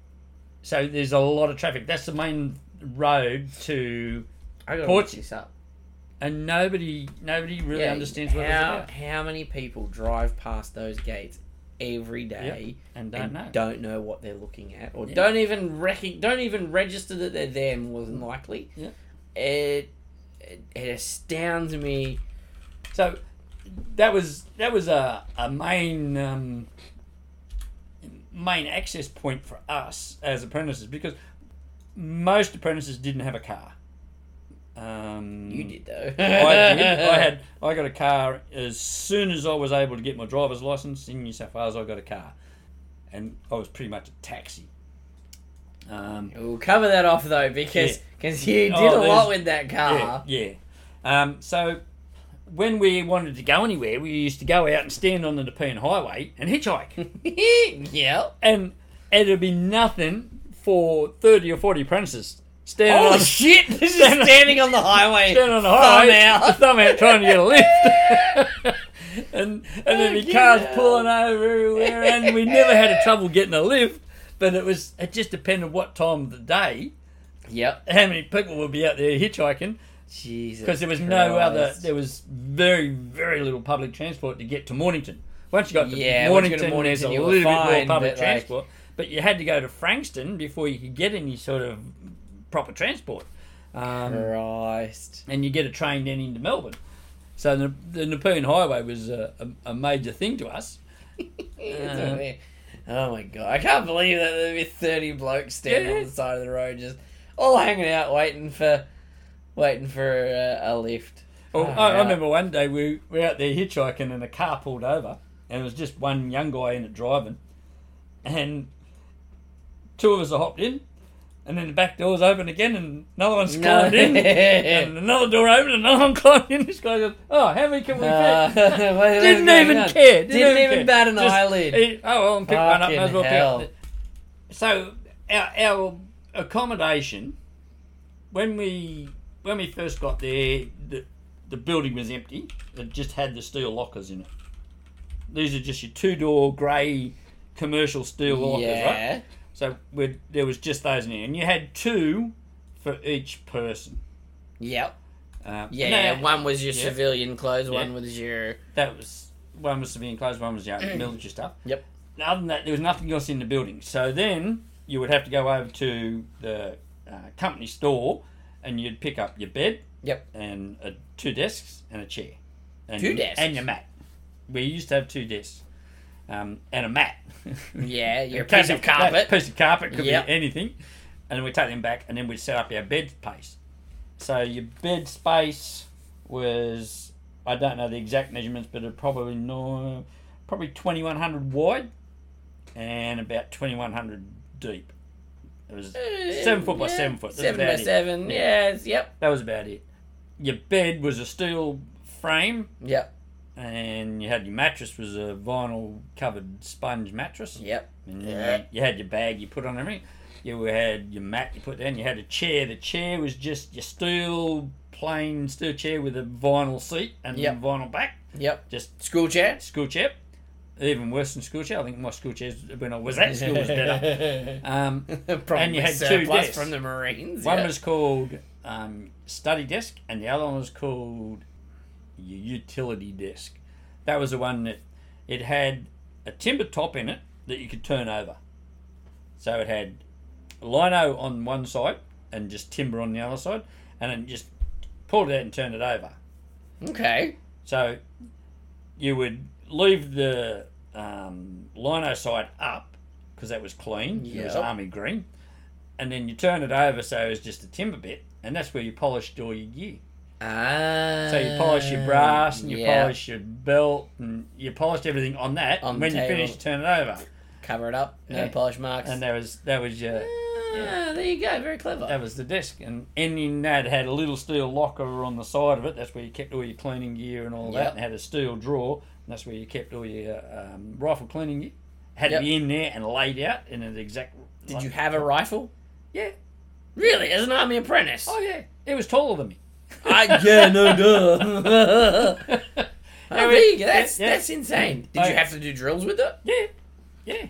S2: so there's a lot of traffic. That's the main road to
S1: I gotta
S2: Ports-
S1: look this up.
S2: and nobody nobody really
S1: Yeah,
S2: understands what
S1: how,
S2: it's about
S1: How many people drive past those gates every day
S2: and don't
S1: and
S2: know.
S1: don't know what they're looking at, or
S2: Yeah.
S1: don't even rec- don't even register that they're there? More than likely,
S2: Yeah.
S1: it, it it astounds me.
S2: So that was that was a, a main um, main access point for us as apprentices because most apprentices didn't have a car. Um,
S1: You did though.
S2: I did. I had. I got a car as soon as I was able to get my driver's license in New South Wales. I got a car, and I was pretty much a taxi. Um,
S1: <laughs> We'll cover that off though, because
S2: Yeah.
S1: because you did
S2: Oh,
S1: a
S2: there's-
S1: lot with that car.
S2: Yeah, yeah. Um, so when we wanted to go anywhere, we used to go out and stand on the Nepean Highway
S1: <laughs>
S2: and hitchhike,
S1: yeah.
S2: and it'd be nothing for thirty or forty apprentices standing
S1: Oh
S2: on <laughs>
S1: shit! This is
S2: Stand on-
S1: standing on the highway.
S2: standing on the highway,
S1: Thumb out.
S2: thumb out trying to get a lift. <laughs> and and there'd be
S1: Fucking
S2: cars
S1: hell.
S2: pulling over everywhere, and we never had a trouble getting a lift. But it was it just depended what time of the day,
S1: <laughs> Yep.
S2: how many people would be out there hitchhiking. <laughs>
S1: Jesus.
S2: because there was no other.
S1: Christ.
S2: There was very very little public transport to get to Mornington. Once you got to
S1: Yeah, once you got
S2: Mornington,
S1: to
S2: there's
S1: Mornington, you
S2: a little
S1: were
S2: bit more
S1: fine,
S2: public
S1: but, like-
S2: transport, but you had to go to Frankston before you could get any sort of proper transport. Um,
S1: Christ.
S2: and you get a train then into Melbourne. So the, the Nepean Highway was a, a, a major thing to us. Uh,
S1: oh my god, I can't believe that there'd be 30 blokes standing
S2: Yeah.
S1: on the side of the road just all hanging out waiting for waiting for uh, a lift.
S2: Well,
S1: Far
S2: Oh, I, I
S1: out.
S2: remember one day we were out there hitchhiking and a car pulled over, and it was just one young guy in it driving, and two of us are hopped in, and then the back door's open again, and another one's
S1: No. <laughs>
S2: climbed in, and another door open, and another one climbed in. This guy goes, "Oh, how many can we
S1: Uh, <laughs>
S2: fit?"
S1: what-
S2: Didn't
S1: what's
S2: even
S1: going on?
S2: care. Didn't,
S1: Didn't even
S2: care.
S1: bat an
S2: Just
S1: eyelid.
S2: eat- oh well, and pick one up.
S1: Fucking
S2: Might as well pick
S1: hell.
S2: up. the- So our, our accommodation when we when we first got there, the, the building was empty. It just had the steel lockers in it. These are just your two door grey commercial steel lockers, right?
S1: yeah.
S2: So we'd, there was just those in there, and you had two for each person.
S1: Yep.
S2: Um,
S1: Yeah.
S2: no,
S1: one was your
S2: yeah.
S1: civilian clothes.
S2: Yeah.
S1: One was your.
S2: that was one was civilian clothes, one was your military stuff.
S1: Mm. Yep.
S2: Other than that, there was nothing else in the building. So then you would have to go over to the uh, company store, and you'd pick up your bed,
S1: Yep.
S2: and uh, two desks and a chair, and
S1: Two desks?
S2: and your mat. We used to have two desks, um, and a mat. <laughs>
S1: Yeah, your
S2: It
S1: piece
S2: can
S1: of
S2: be- that
S1: carpet.
S2: Piece of carpet could
S1: Yep.
S2: be anything, and then we take them back, and then we set up our bed space. So your bed space was I don't know the exact measurements, but it probably no, probably twenty one hundred wide, and about twenty one hundred deep. It was seven foot by
S1: Uh, Yeah,
S2: seven foot. That's
S1: Seven by
S2: about it.
S1: seven. Yeah. Yes. Yep.
S2: That was about it. Your bed was a steel frame,
S1: Yep.
S2: and you had your mattress was a vinyl covered sponge mattress.
S1: Yep.
S2: And you, had, you had your bag you put on everything. You had your mat you put down. You had a chair. The chair was just your steel, plain steel chair with a vinyl seat and
S1: Yep.
S2: vinyl back.
S1: Yep.
S2: Just
S1: School chair. <laughs>
S2: school chair. Even worse than school chair. I think my school chairs when I was at school was better. Um,
S1: Probably
S2: And you had two
S1: surplus
S2: desks.
S1: from the Marines.
S2: One
S1: yeah.
S2: was called um, study desk, and the other one was called your utility desk. That was the one that it had a timber top in it that you could turn over. So it had lino on one side and just timber on the other side, and then just pulled it out and turned it over.
S1: okay.
S2: So you would leave the um, lino side up because that was clean. It was
S1: Yep.
S2: army green. And then you turn it over so it was just a timber bit. And that's where you polished all your gear.
S1: Ah.
S2: So you polish your brass and you
S1: Um, yeah.
S2: polish your belt and you polished everything on that.
S1: On
S2: and
S1: the
S2: when you
S1: table.
S2: finish, turn it over.
S1: Cover it up. No
S2: Yeah.
S1: polish marks.
S2: And that was that was your
S1: Ah, there you go. Very clever.
S2: that was the desk. And ending that had a little steel locker on the side of it. That's where you kept all your cleaning gear and all
S1: Yep.
S2: that. And had a steel drawer. And that's where you kept all your um, rifle cleaning gear. Had
S1: Yep.
S2: to be in there and laid out in an exact.
S1: Did you have a rifle?
S2: Yeah.
S1: Really? As an army apprentice?
S2: Oh yeah. It was taller than me.
S1: <laughs>
S2: <laughs>
S1: I, <laughs> yeah, no, <laughs> duh.
S2: yeah.
S1: oh, there you go. That's,
S2: yeah.
S1: that's insane. Did
S2: Oh,
S1: you
S2: yeah.
S1: have to do drills with it?
S2: Yeah.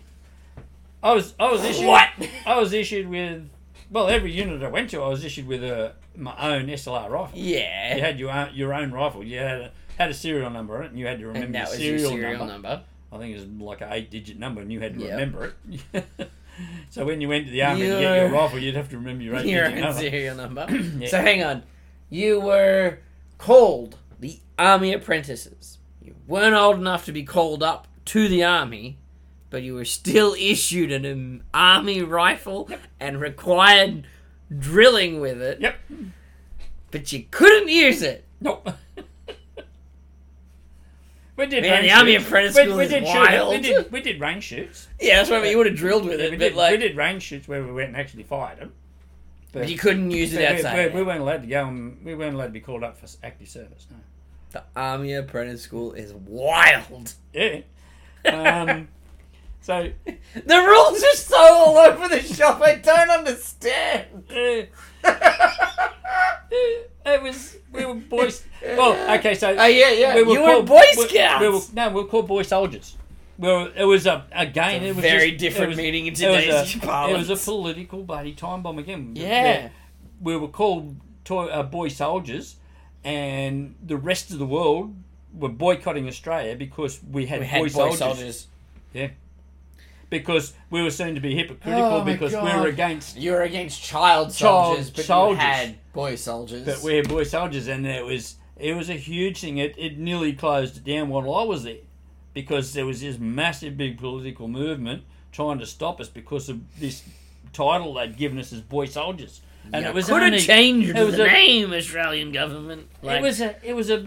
S2: I was I was issued
S1: What?
S2: <laughs> I was issued with well every unit I went to I was issued with a my own SLR rifle. you
S1: Yeah.
S2: had your own, your own rifle. You had a, had a serial number on it, and you had to remember
S1: And
S2: the
S1: that was
S2: serial,
S1: your serial
S2: number.
S1: number.
S2: I think it was like an eight digit number, and you had to
S1: Yep.
S2: remember it. <laughs> so when you went to the army to get
S1: Your-
S2: your rifle, you'd have to remember
S1: <laughs>
S2: your eight
S1: Your
S2: digit
S1: own
S2: number.
S1: serial <clears throat> number.
S2: Yeah.
S1: So hang on. You were called the army apprentices. You weren't old enough to be called up to the army, but you were still issued an um, army rifle and required drilling with it,
S2: Yep.
S1: but you couldn't use it.
S2: Nope. <laughs> We did
S1: Man,
S2: range
S1: the army
S2: shoots.
S1: apprentice
S2: We-
S1: school
S2: we
S1: is
S2: did shoot-
S1: wild.
S2: We did, we did range shoots.
S1: Yeah, that's what I mean. You would have drilled with
S2: Yeah,
S1: it,
S2: we,
S1: but
S2: did,
S1: like,
S2: we did range shoots where we went and actually fired them.
S1: but you couldn't use it outside.
S2: We, we weren't allowed to go and we weren't allowed to be called up for s- active service. No.
S1: The army apprentice school is wild.
S2: Yeah. Um, so
S1: <laughs>
S2: uh,
S1: The rules are so all over the shop. I don't understand.
S2: uh, it was we
S1: <laughs>
S2: were boys. Well, okay, so
S1: Oh yeah, yeah.
S2: we were
S1: you were
S2: called,
S1: Boy
S2: we-
S1: Scouts.
S2: We, were, no, we were called boy soldiers. We were, it was a again.
S1: a
S2: it was
S1: very
S2: just- it
S1: different
S2: was-
S1: meeting in
S2: it was
S1: today's
S2: a-
S1: parlance.
S2: It was a political bloody time bomb again.
S1: yeah.
S2: we were called toy, uh, boy soldiers, and the rest of the world were boycotting Australia because we had,
S1: We had
S2: boy,
S1: boy,
S2: soldiers.
S1: soldiers.
S2: Because we were seen to be hypocritical
S1: Oh, my
S2: because we
S1: God.
S2: were against.
S1: You were against child
S2: Child
S1: soldiers, but
S2: soldiers.
S1: you had boy soldiers.
S2: But we had boy soldiers, and it was it was a huge thing. It, it nearly closed it down while I was there, because there was this massive big political movement trying to stop us because of this title they'd given us as boy soldiers, and
S1: You
S2: it was
S1: could
S2: only-
S1: have changed
S2: it was
S1: the
S2: a-
S1: name, Australian government. Like,
S2: it was a it was a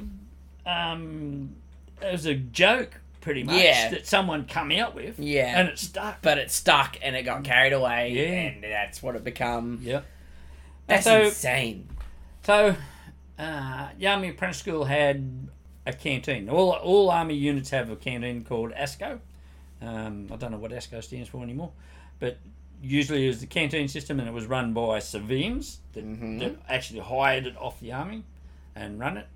S2: um it was a joke pretty much
S1: Yeah.
S2: that someone come out with.
S1: Yeah.
S2: And it stuck.
S1: But it stuck and it got carried away,
S2: Yeah.
S1: and that's what it become.
S2: Yep.
S1: That's
S2: so-
S1: insane.
S2: So, uh, the Army Apprentice School had a canteen. All all Army units have a canteen called ASCO. Um, I don't know what ASCO stands for anymore, but usually it was the canteen system, and it was run by civilians that,
S1: Mm-hmm.
S2: that actually hired it off the army and run it.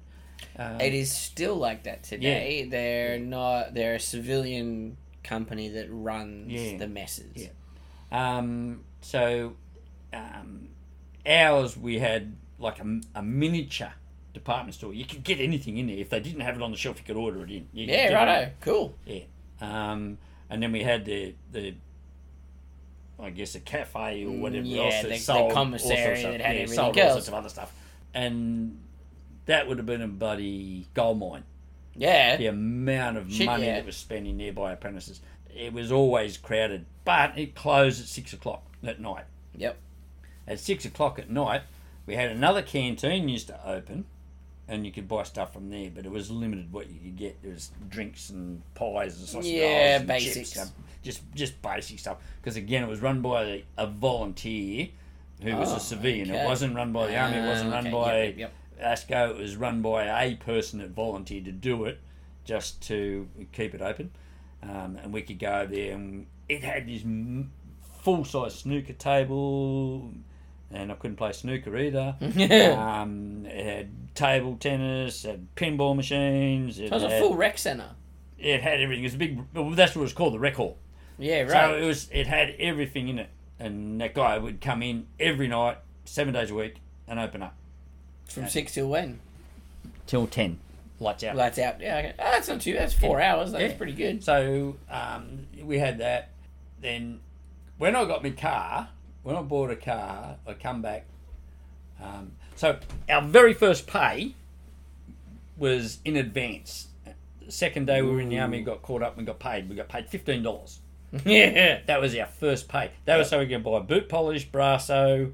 S2: Um,
S1: It is still like that today. They're not. They're a civilian company that runs
S2: Yeah.
S1: the messes.
S2: Yeah. Um, so, um, ours we had like a, a miniature department store. You could get anything in there. If they didn't have it on the shelf, you could order it in. You could
S1: Yeah,
S2: get it.
S1: righto. Cool.
S2: Yeah. Um, and then we had the the I guess a cafe or whatever
S1: Mm, yeah,
S2: else
S1: the-
S2: that
S1: the
S2: sold all sorts
S1: commissary
S2: of stuff.
S1: that had
S2: yeah,
S1: everything
S2: sold all
S1: else.
S2: sorts of other stuff. And that would have been a bloody gold mine.
S1: Yeah.
S2: The amount of
S1: Shit,
S2: money
S1: yeah.
S2: that was spent in there by apprentices. It was always crowded, but it closed at six o'clock at night.
S1: Yep.
S2: At six o'clock at night, we had another canteen used to open, and you could buy stuff from there, but it was limited what you could get. There was drinks and pies and sausages.
S1: Yeah,
S2: and chips,
S1: basics.
S2: um, just just basic stuff. Because again, it was run by a, a volunteer who was
S1: Oh,
S2: a civilian.
S1: okay.
S2: It wasn't run by the army. It wasn't
S1: Um,
S2: run
S1: okay,
S2: by
S1: yep, yep,
S2: ASCO. It was run by a person that volunteered to do it, just to keep it open. Um, and we could go over there, and it had this m- full-size snooker table, and I couldn't play
S1: <laughs>
S2: snooker either.
S1: yep.
S2: um, it had table tennis, it had pinball machines. It,
S1: It was a
S2: had,
S1: full rec center.
S2: it had everything. It was a big. Well, that's what it was called, the rec hall.
S1: Yeah, right.
S2: So it was. It had everything in it, and that guy would come in every night, seven days a week, and open up
S1: From six till when?
S2: till ten. Lights out.
S1: Lights out. Yeah, okay. oh, that's not too. That's four hours. That's
S2: Yeah.
S1: pretty good.
S2: So um, we had that. Then when I got my car, when I bought a car, I come back. Um, so our very first pay was in advance. The second day we were in the army, got caught up and got paid. We got paid fifteen
S1: <laughs>
S2: dollars.
S1: yeah.
S2: That was our first pay. That was so we could buy boot polish, brasso,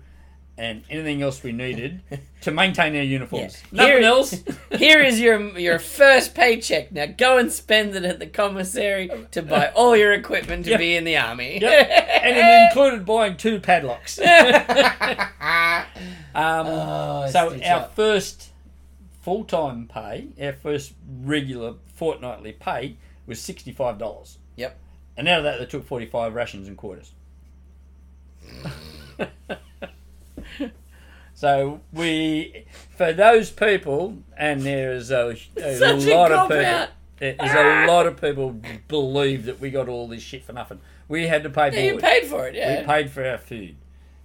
S2: and anything else
S1: <laughs>
S2: we needed to maintain our uniforms.
S1: Yeah.
S2: Nothing
S1: Here- <laughs>
S2: else.
S1: Here is your your first paycheck. Now go and spend it at the commissary to buy
S2: <laughs>
S1: all your equipment to
S2: Yep.
S1: be in the army. <laughs>
S2: Yep. <laughs> and it included buying two padlocks. Um,
S1: Oh.
S2: so our first full-time pay, our first regular fortnightly pay was sixty-five dollars,
S1: yep.
S2: and out of that they took forty-five rations and quarters. <laughs> so we, for those people, and there is a, a
S1: Such a
S2: lot of
S1: cop
S2: people.
S1: out.
S2: There is a lot of people believe that we got all this shit for nothing. We had to pay
S1: Yeah, you
S2: for
S1: paid for it. Yeah.
S2: We paid for our food,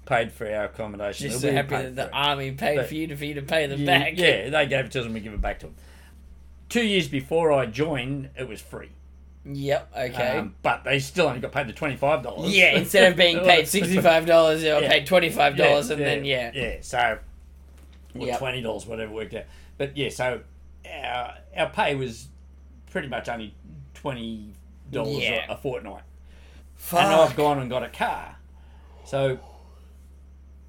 S2: paid for our accommodation.
S1: Just
S2: and
S1: so
S2: we
S1: happy
S2: paid
S1: that the
S2: for it.
S1: army paid
S2: But-
S1: for you to for you to pay them
S2: You-
S1: back.
S2: Yeah, they gave it to us and we give it back to them. Two years before I joined, it was free.
S1: Yep. Okay.
S2: Um, but they still only got paid the twenty-five dollars.
S1: yeah. Instead of
S2: <laughs>
S1: being paid sixty-five dollars, they were
S2: Yeah.
S1: paid twenty-five dollars, and then yeah.
S2: yeah. So, or
S1: Yep.
S2: twenty dollars, whatever worked out. But yeah, so our our pay was pretty much only twenty dollars
S1: Yeah.
S2: a fortnight.
S1: Fuck.
S2: and I've gone and got a car. So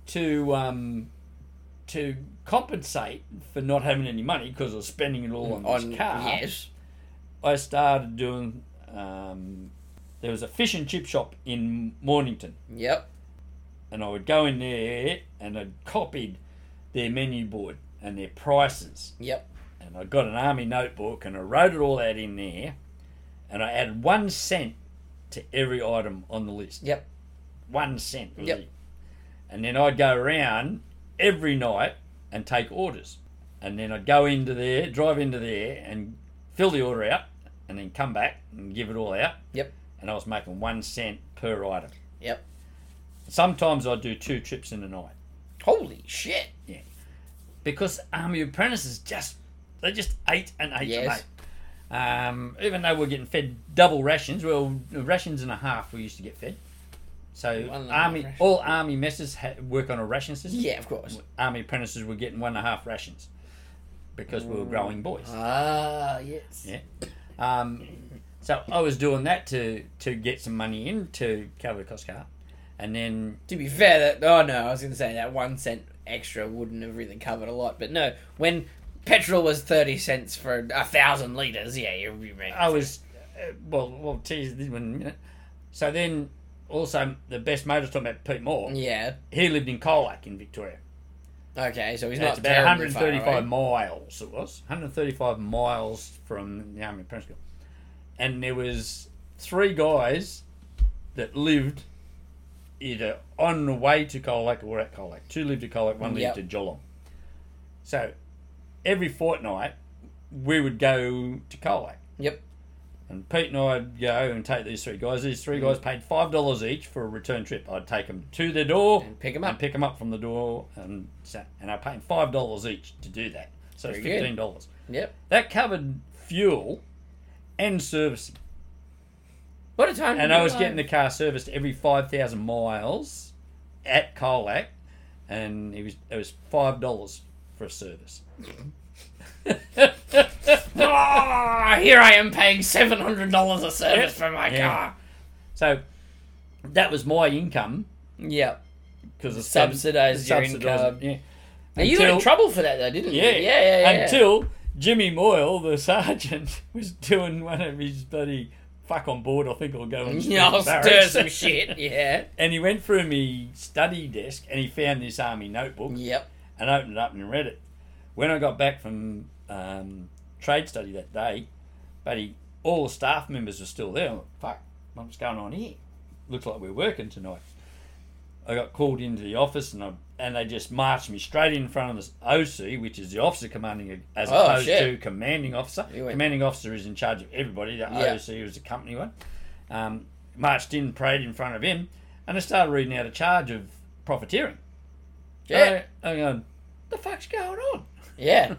S2: to um, to compensate for not having any money because I was spending it all on,
S1: on
S2: this car,
S1: yes.
S2: I started doing. Um, there was a fish and chip shop in Mornington,
S1: Yep.
S2: and I would go in there and I'd copied their menu board and their prices,
S1: Yep.
S2: and I got an army notebook and I wrote it all out in there, and I added one cent to every item on the list
S1: Yep.
S2: one cent. was
S1: Yep.
S2: it? And then I'd go around every night and take orders. And then I'd go into there, drive into there, and fill the order out, and then come back and give it all out.
S1: Yep.
S2: And I was making one cent per item.
S1: Yep.
S2: Sometimes I'd do two trips in a night
S1: Holy shit.
S2: because army apprentices just they just ate and ate
S1: Yes.
S2: and ate. Um, even though we we're getting fed double rations, well, rations and a half we used to get fed. So
S1: One and a half
S2: army,
S1: ration.
S2: all army messes ha- work on a ration system.
S1: Yeah, of course.
S2: Army apprentices were getting one and a half rations because we were growing boys.
S1: Ah, yes.
S2: Yeah. Um, so I was doing that to to get some money in to cover the cost of car, and then
S1: To be fair, that oh no, I was going to say that one cent extra wouldn't have really covered a lot, but no, when petrol was thirty cents for a thousand liters, yeah, you, you make.
S2: I was uh, well, well, geez, this one. in a minute. So then, also the best motorist talking about Pete Moore.
S1: Yeah.
S2: He lived in Colac in Victoria.
S1: Okay, so he's
S2: It's
S1: not
S2: about
S1: terribly
S2: 135
S1: far away.
S2: miles. It was 135 miles from the Army Apprentice School, and there was three guys that lived either on the way to Colac or at Colac. Two lived at Colac, one lived
S1: Yep.
S2: at Geelong. So every fortnight we would go to Colac.
S1: Yep.
S2: And Pete and I'd go and take these three guys. These
S1: Hmm.
S2: three guys paid five dollars each for a return trip. I'd take them to their door
S1: And pick 'em
S2: and
S1: up.
S2: pick them up from the door, and sa- and I paid five dollars each to do that. So it's
S1: Very good.
S2: fifteen dollars.
S1: Yep.
S2: That covered fuel and servicing.
S1: What a time.
S2: And
S1: to
S2: I
S1: be
S2: was
S1: alive.
S2: getting the car serviced every five thousand miles at Colac, and it was it was five dollars for
S1: <laughs>
S2: a service.
S1: Ah, here I am paying seven hundred dollars a service for my
S2: Yeah.
S1: car.
S2: So that was my income
S1: Yep.
S2: because of
S1: Subsidised your income.
S2: Yeah.
S1: Now you got in
S2: Until-
S1: trouble for that though, didn't you?
S2: Yeah,
S1: Yeah, yeah, yeah. <laughs>
S2: Until Jimmy Moyle, the sergeant, <laughs> was doing one of his bloody fuck on board, I think, or go and
S1: yeah, I'll
S2: stir
S1: stir some shit. Yeah.
S2: <laughs> and he went through my study desk and he found this army notebook
S1: Yep.
S2: and opened it up and read it. When I got back from um, trade study that day, but he, all the staff members were still there. I'm like, fuck, what's going on here? Looks like we're working tonight. I got called into the office and I, and they just marched me straight in front of the OC, which is the officer commanding as
S1: Oh,
S2: opposed
S1: shit.
S2: to commanding officer.
S1: You went-
S2: Commanding officer is in charge of everybody. The
S1: Yeah.
S2: OC was the company one. Um, marched in, prayed in front of him, and I started reading out a charge of profiteering.
S1: Yeah.
S2: I, I'm going, the fuck's going on? <laughs>
S1: Yeah.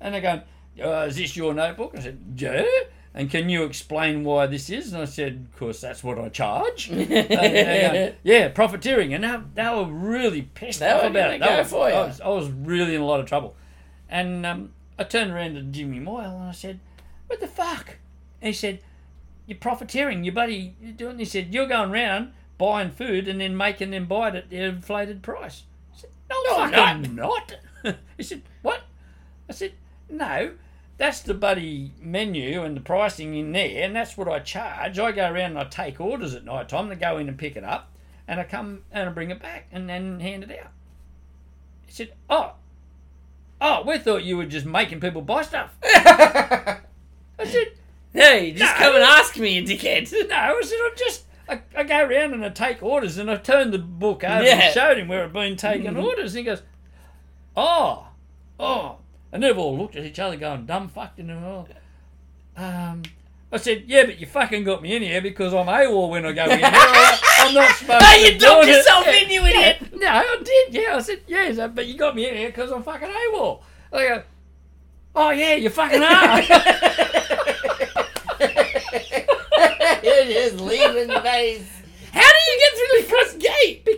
S2: And they're going, uh, is this your notebook? I said, yeah. And can you explain why this is? And I said, of course, that's what
S1: <laughs>
S2: I charge. And they're going, yeah, profiteering. And they, they were really pissed
S1: They
S2: off
S1: were
S2: about it.
S1: gonna
S2: They
S1: go
S2: were-
S1: for ya.
S2: I, was, I was really in a lot of trouble. And um, I turned around to Jimmy Moyle and I said, what the fuck? And he said, you're profiteering. Your buddy, you're doing this. He said, you're going round buying food and then making them buy it at the inflated price. I said, no,
S1: No, I'm
S2: fucking I'm not. <laughs> he said, what? I said, no, that's the buddy menu and the pricing in there, and that's what I charge. I go around and I take orders at night time. They go in and pick it up, and I come and I bring it back and then hand it out. He said, oh, oh, we thought you were just making people buy stuff. I said,
S1: hey, just
S2: No.
S1: come and ask me, you
S2: <laughs>
S1: dickhead.
S2: no, I said, I'm just, I, I go around and I take orders, and I turned the book over
S1: Yeah. Mm-hmm.
S2: and showed him where I'd been taking orders, and he goes, oh, oh. And they've all looked at each other going, dumb fucked, and they're all, um, I said, yeah, but you fucking got me in here because I'm AWOL when I go in here. I'm not
S1: <laughs>
S2: supposed
S1: Hey,
S2: to
S1: you
S2: be
S1: dumped
S2: doing it."
S1: yourself in, you idiot.
S2: No, I did, yeah. I said, yeah, so- but you got me in here because I'm fucking AWOL. I go, oh, yeah, you
S1: <laughs>
S2: fucking are. <laughs>
S1: You're just leaving the base. How do you get through the front gate?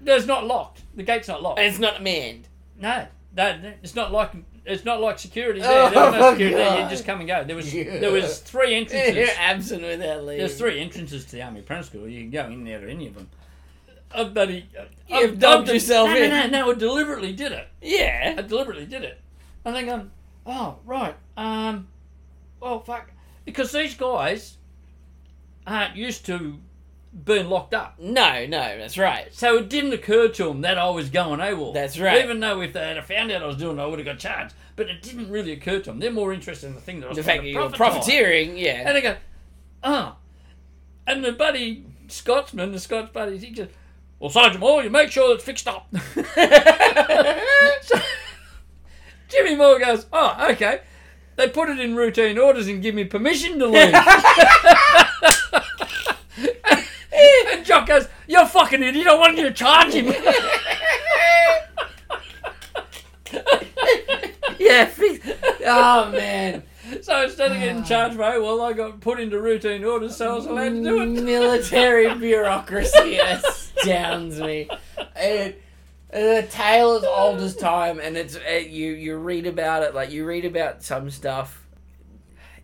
S2: There's not locked. The gate's not locked.
S1: It's not manned.
S2: No, that it's not like it's not like security there.
S1: Oh,
S2: there was
S1: my
S2: no security there. You
S1: God.
S2: just come and go. There was
S1: Yeah.
S2: there was
S1: <laughs>
S2: three
S1: You're
S2: entrances.
S1: absent without leave.
S2: There's three entrances to the Army Apprentice School. You can go in there to any of them. Oh, buddy,
S1: You've dumped
S2: de-
S1: yourself
S2: no,
S1: in.
S2: No, no, no. I deliberately did it. I
S1: Yeah.
S2: deliberately did it. And then going, oh right, um, well fuck, because these guys aren't used to being locked up.
S1: No, no, that's right.
S2: So it didn't occur to them that I was going AWOL.
S1: That's right.
S2: Even though if they had found out I was doing it, I would have got charged. But it didn't really occur to them. They're more interested in the thing that I was
S1: The
S2: trying
S1: fact that
S2: to
S1: you were
S2: profit
S1: profiteering,
S2: on.
S1: yeah.
S2: And they go, oh. And the buddy Scotsman, the Scots buddy, he just, well, Sergeant Moore, you make sure it's fixed up. <laughs> so, Jimmy Moore goes, oh, okay. They put it in routine orders and give me permission to leave. and Jock goes, you're a fucking idiot. I wanted you to charge him. <laughs>
S1: yeah. <laughs>
S2: <laughs>
S1: fix- Oh man.
S2: So instead of getting charged very well, I got put into routine orders, so I was allowed to do
S1: Mm,
S2: <laughs> it.
S1: Military bureaucracy astounds me. It, the tale is old as time, and it's it, you. You read about it, like you read about some stuff.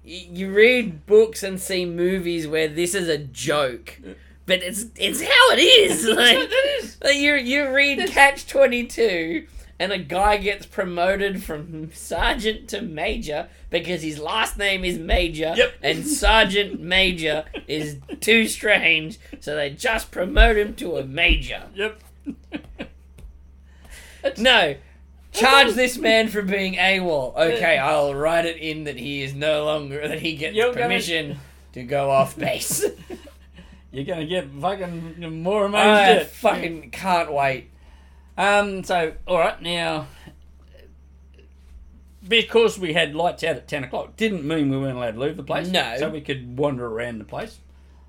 S1: Y- You read books and see movies where this is a joke, but it's it's how it is. Like,
S2: That is. <laughs>
S1: like you you read Catch Twenty Two, and a guy gets promoted from sergeant to major because his last name is Major,
S2: Yep.
S1: and sergeant major is too strange, so they just promote him to a major.
S2: Yep. <laughs>
S1: No. Charge this man for being AWOL. Okay, I'll write it in that he is no longer that he gets
S2: You're gonna-
S1: permission to go off
S2: <laughs>
S1: base.
S2: You're gonna get fucking more amazing.
S1: I fucking can't wait.
S2: Um. So, all right now, because we had lights out at ten o'clock, didn't mean we weren't allowed to leave the place.
S1: No.
S2: So we could wander around the place.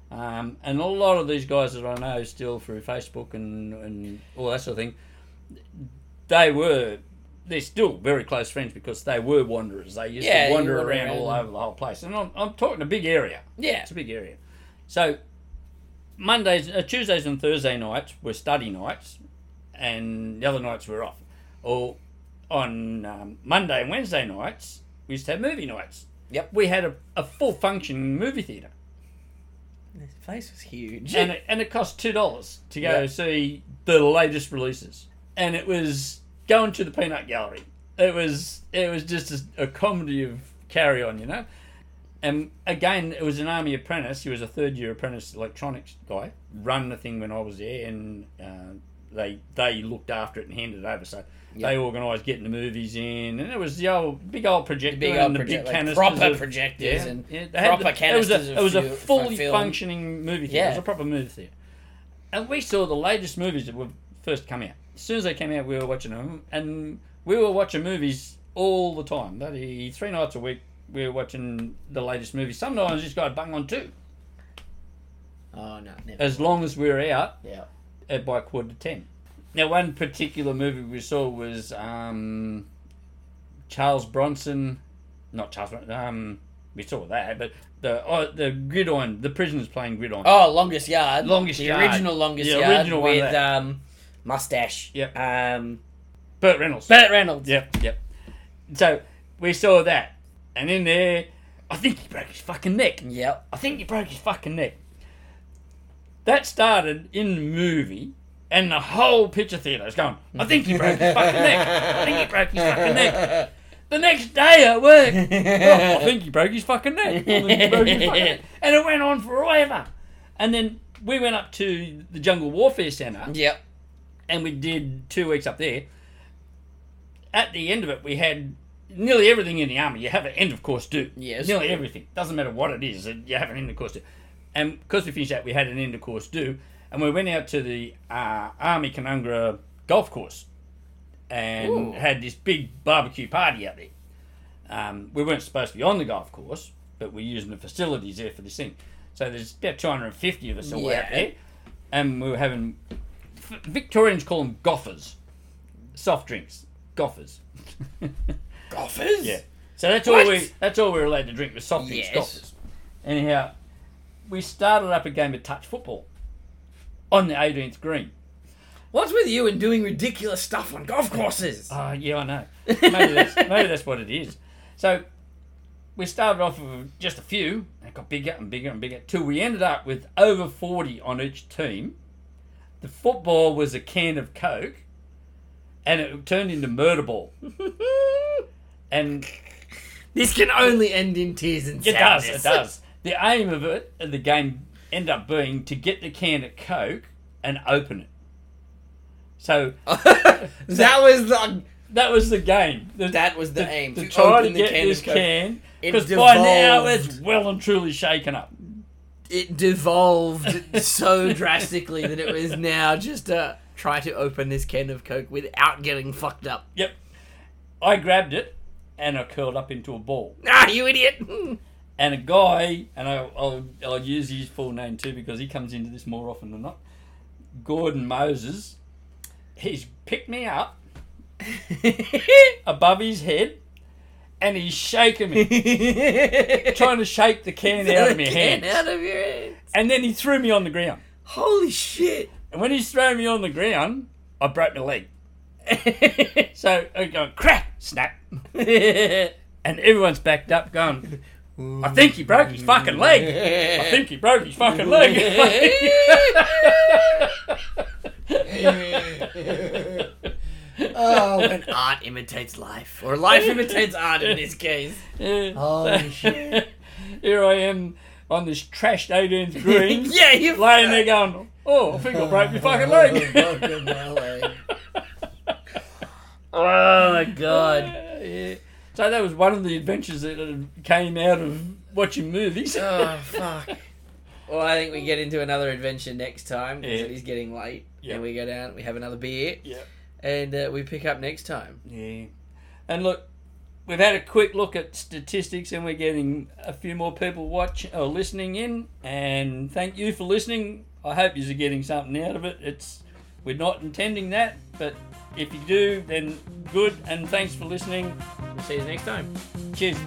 S2: Um, and a lot of these guys that I know still through Facebook and, and all that sort of thing, they were they're still very close friends because they were wanderers. They used
S1: Yeah,
S2: to
S1: you
S2: wander
S1: wander
S2: around,
S1: around.
S2: all over the whole place. And I'm, I'm talking a big area.
S1: Yeah.
S2: It's a big area. So Mondays, uh, Tuesdays, and Thursday nights were study nights, and the other nights were off. Or on um, Monday and Wednesday nights, we used to have movie nights.
S1: Yep.
S2: We had a, a full function movie theatre,
S1: This place was huge.
S2: and it, and it cost two dollars to go
S1: Yep.
S2: see the latest releases. And it was going to the peanut gallery. It was it was just a, a comedy of carry on, you know. And again, it was an army apprentice. He was a third year apprentice electronics guy. Run the thing when I was there, and uh, they they looked after it and handed it over. So they organised getting the movies in, and it was the old big old projector,
S1: big
S2: and
S1: old
S2: the
S1: project,
S2: big
S1: like
S2: canisters
S1: proper
S2: of-
S1: projectors and
S2: they had
S1: proper
S2: the-
S1: canisters.
S2: It was a, it was a
S1: of fu-
S2: fully
S1: film.
S2: functioning movie theater. It was
S1: Yeah.
S2: a proper movie theater. And we saw the latest movies that were first come out. As soon as they came out, we were watching them, and we were watching movies all the time. Bloody three nights a week, we were watching the latest movie. Sometimes this guy bang on two.
S1: Oh no, never.
S2: As long as we were out
S1: yeah.
S2: at by quarter to ten. Now, one particular movie we saw was um, Charles Bronson, not Charles. Bronson, Um, we saw that, but the oh, the gridiron, the prisoners playing gridiron.
S1: Oh, longest yard.
S2: Longest
S1: the
S2: Yard.
S1: original longest
S2: The
S1: yard
S2: original one
S1: with um, mustache.
S2: Yep.
S1: Um,
S2: Burt Reynolds.
S1: Burt Reynolds.
S2: Yep, yep. So we saw that, and in there, I think he broke his fucking neck.
S1: Yep.
S2: I think he broke his fucking neck. That started in the movie, and the whole picture theatre was going, I think he broke his fucking neck. I think he broke his fucking neck. The next day at work, "Oh, I think he broke his fucking neck. I think he broke his fucking neck. And it went on forever. And then we went up to the Jungle Warfare Centre
S1: Yep.
S2: and we did two weeks up there. At the end of it, we had nearly everything in the army. You have an end of course do.
S1: Yes.
S2: Nearly everything. Doesn't matter what it is. You have an end of course do. And because we finished that, we had an end of course do, and we went out to the uh, Army Canungra golf course, and
S1: Ooh.
S2: had this big barbecue party out there. Um, we weren't supposed to be on the golf course, but we're using the facilities there for this thing. So there's about 250 of us all out
S1: Yeah.
S2: there, and we were having Victorians call them goffers. Soft drinks, goffers. <laughs>
S1: Golfers.
S2: yeah. So that's
S1: What?
S2: all we that's all we're allowed to drink with soft drinks,
S1: Yes.
S2: goffers. Anyhow, we started up a game of touch football on the 18th green.
S1: What's with you and doing ridiculous stuff on golf courses?
S2: Oh, yeah, I know. Maybe that's, maybe that's what it is. So we started off with just a few, and it got bigger and bigger and bigger, till we ended up with over 40 on each team. The football was a can of Coke, and it turned into murder ball. And
S1: this can only end in tears and
S2: it does, it
S1: sadness.
S2: does. The aim of it, of the game, ended up being to get the can of Coke and open it. So
S1: Oh. <laughs> that was the
S2: that was the game. The-
S1: that was the, aim
S2: to
S1: to,
S2: try
S1: open the
S2: to get
S1: can
S2: this
S1: of Coke.
S2: can
S1: It
S2: because by now
S1: devolved.
S2: it's well and truly shaken up.
S1: It devolved so drastically that it was now just a try to open this can of Coke without getting fucked up.
S2: Yep, I grabbed it and I curled up into a ball.
S1: Ah, you idiot! <laughs>
S2: And a guy, and I, I'll, I'll use his full name too because he comes into this more often than not. Gordon Moses, he's picked me up above his head, and he's
S1: <laughs>
S2: shaking me, trying to shake the can out of my
S1: Get
S2: hand.
S1: Out of your hands.
S2: And then he threw me on the ground.
S1: Holy shit!
S2: And when he's throwing me on the ground, I broke
S1: <laughs>
S2: my leg. so I'm going crack, snap, and everyone's backed up, going, "I
S1: <laughs>
S2: think he broke his fucking leg. I think he broke his fucking leg."
S1: <laughs> oh,
S2: Oh,
S1: when art imitates life, or life imitates art in this case. <laughs>
S2: <laughs>
S1: Holy shit.
S2: Here I am on this trashed
S1: <laughs>
S2: 18th green,
S1: yeah, you
S2: laying there going, oh, I think I broke my fucking leg.
S1: <laughs> Broken my leg. Oh my god.
S2: yeah. So that was one of the adventures that uh, came out of watching movies. <laughs>
S1: Oh fuck. Well, I think we get into another adventure next time because
S2: Yeah.
S1: it is getting late,
S2: Yeah.
S1: and we go down, we have another beer,
S2: Yeah.
S1: and uh, we pick up next time.
S2: Yeah. And look, we've had a quick look at statistics and we're getting a few more people watch or listening in. And thank you for listening. I hope you're getting something out of it. It's we're not intending that, but if you do, then good and thanks for listening.
S1: We'll see you next time.
S2: Cheers.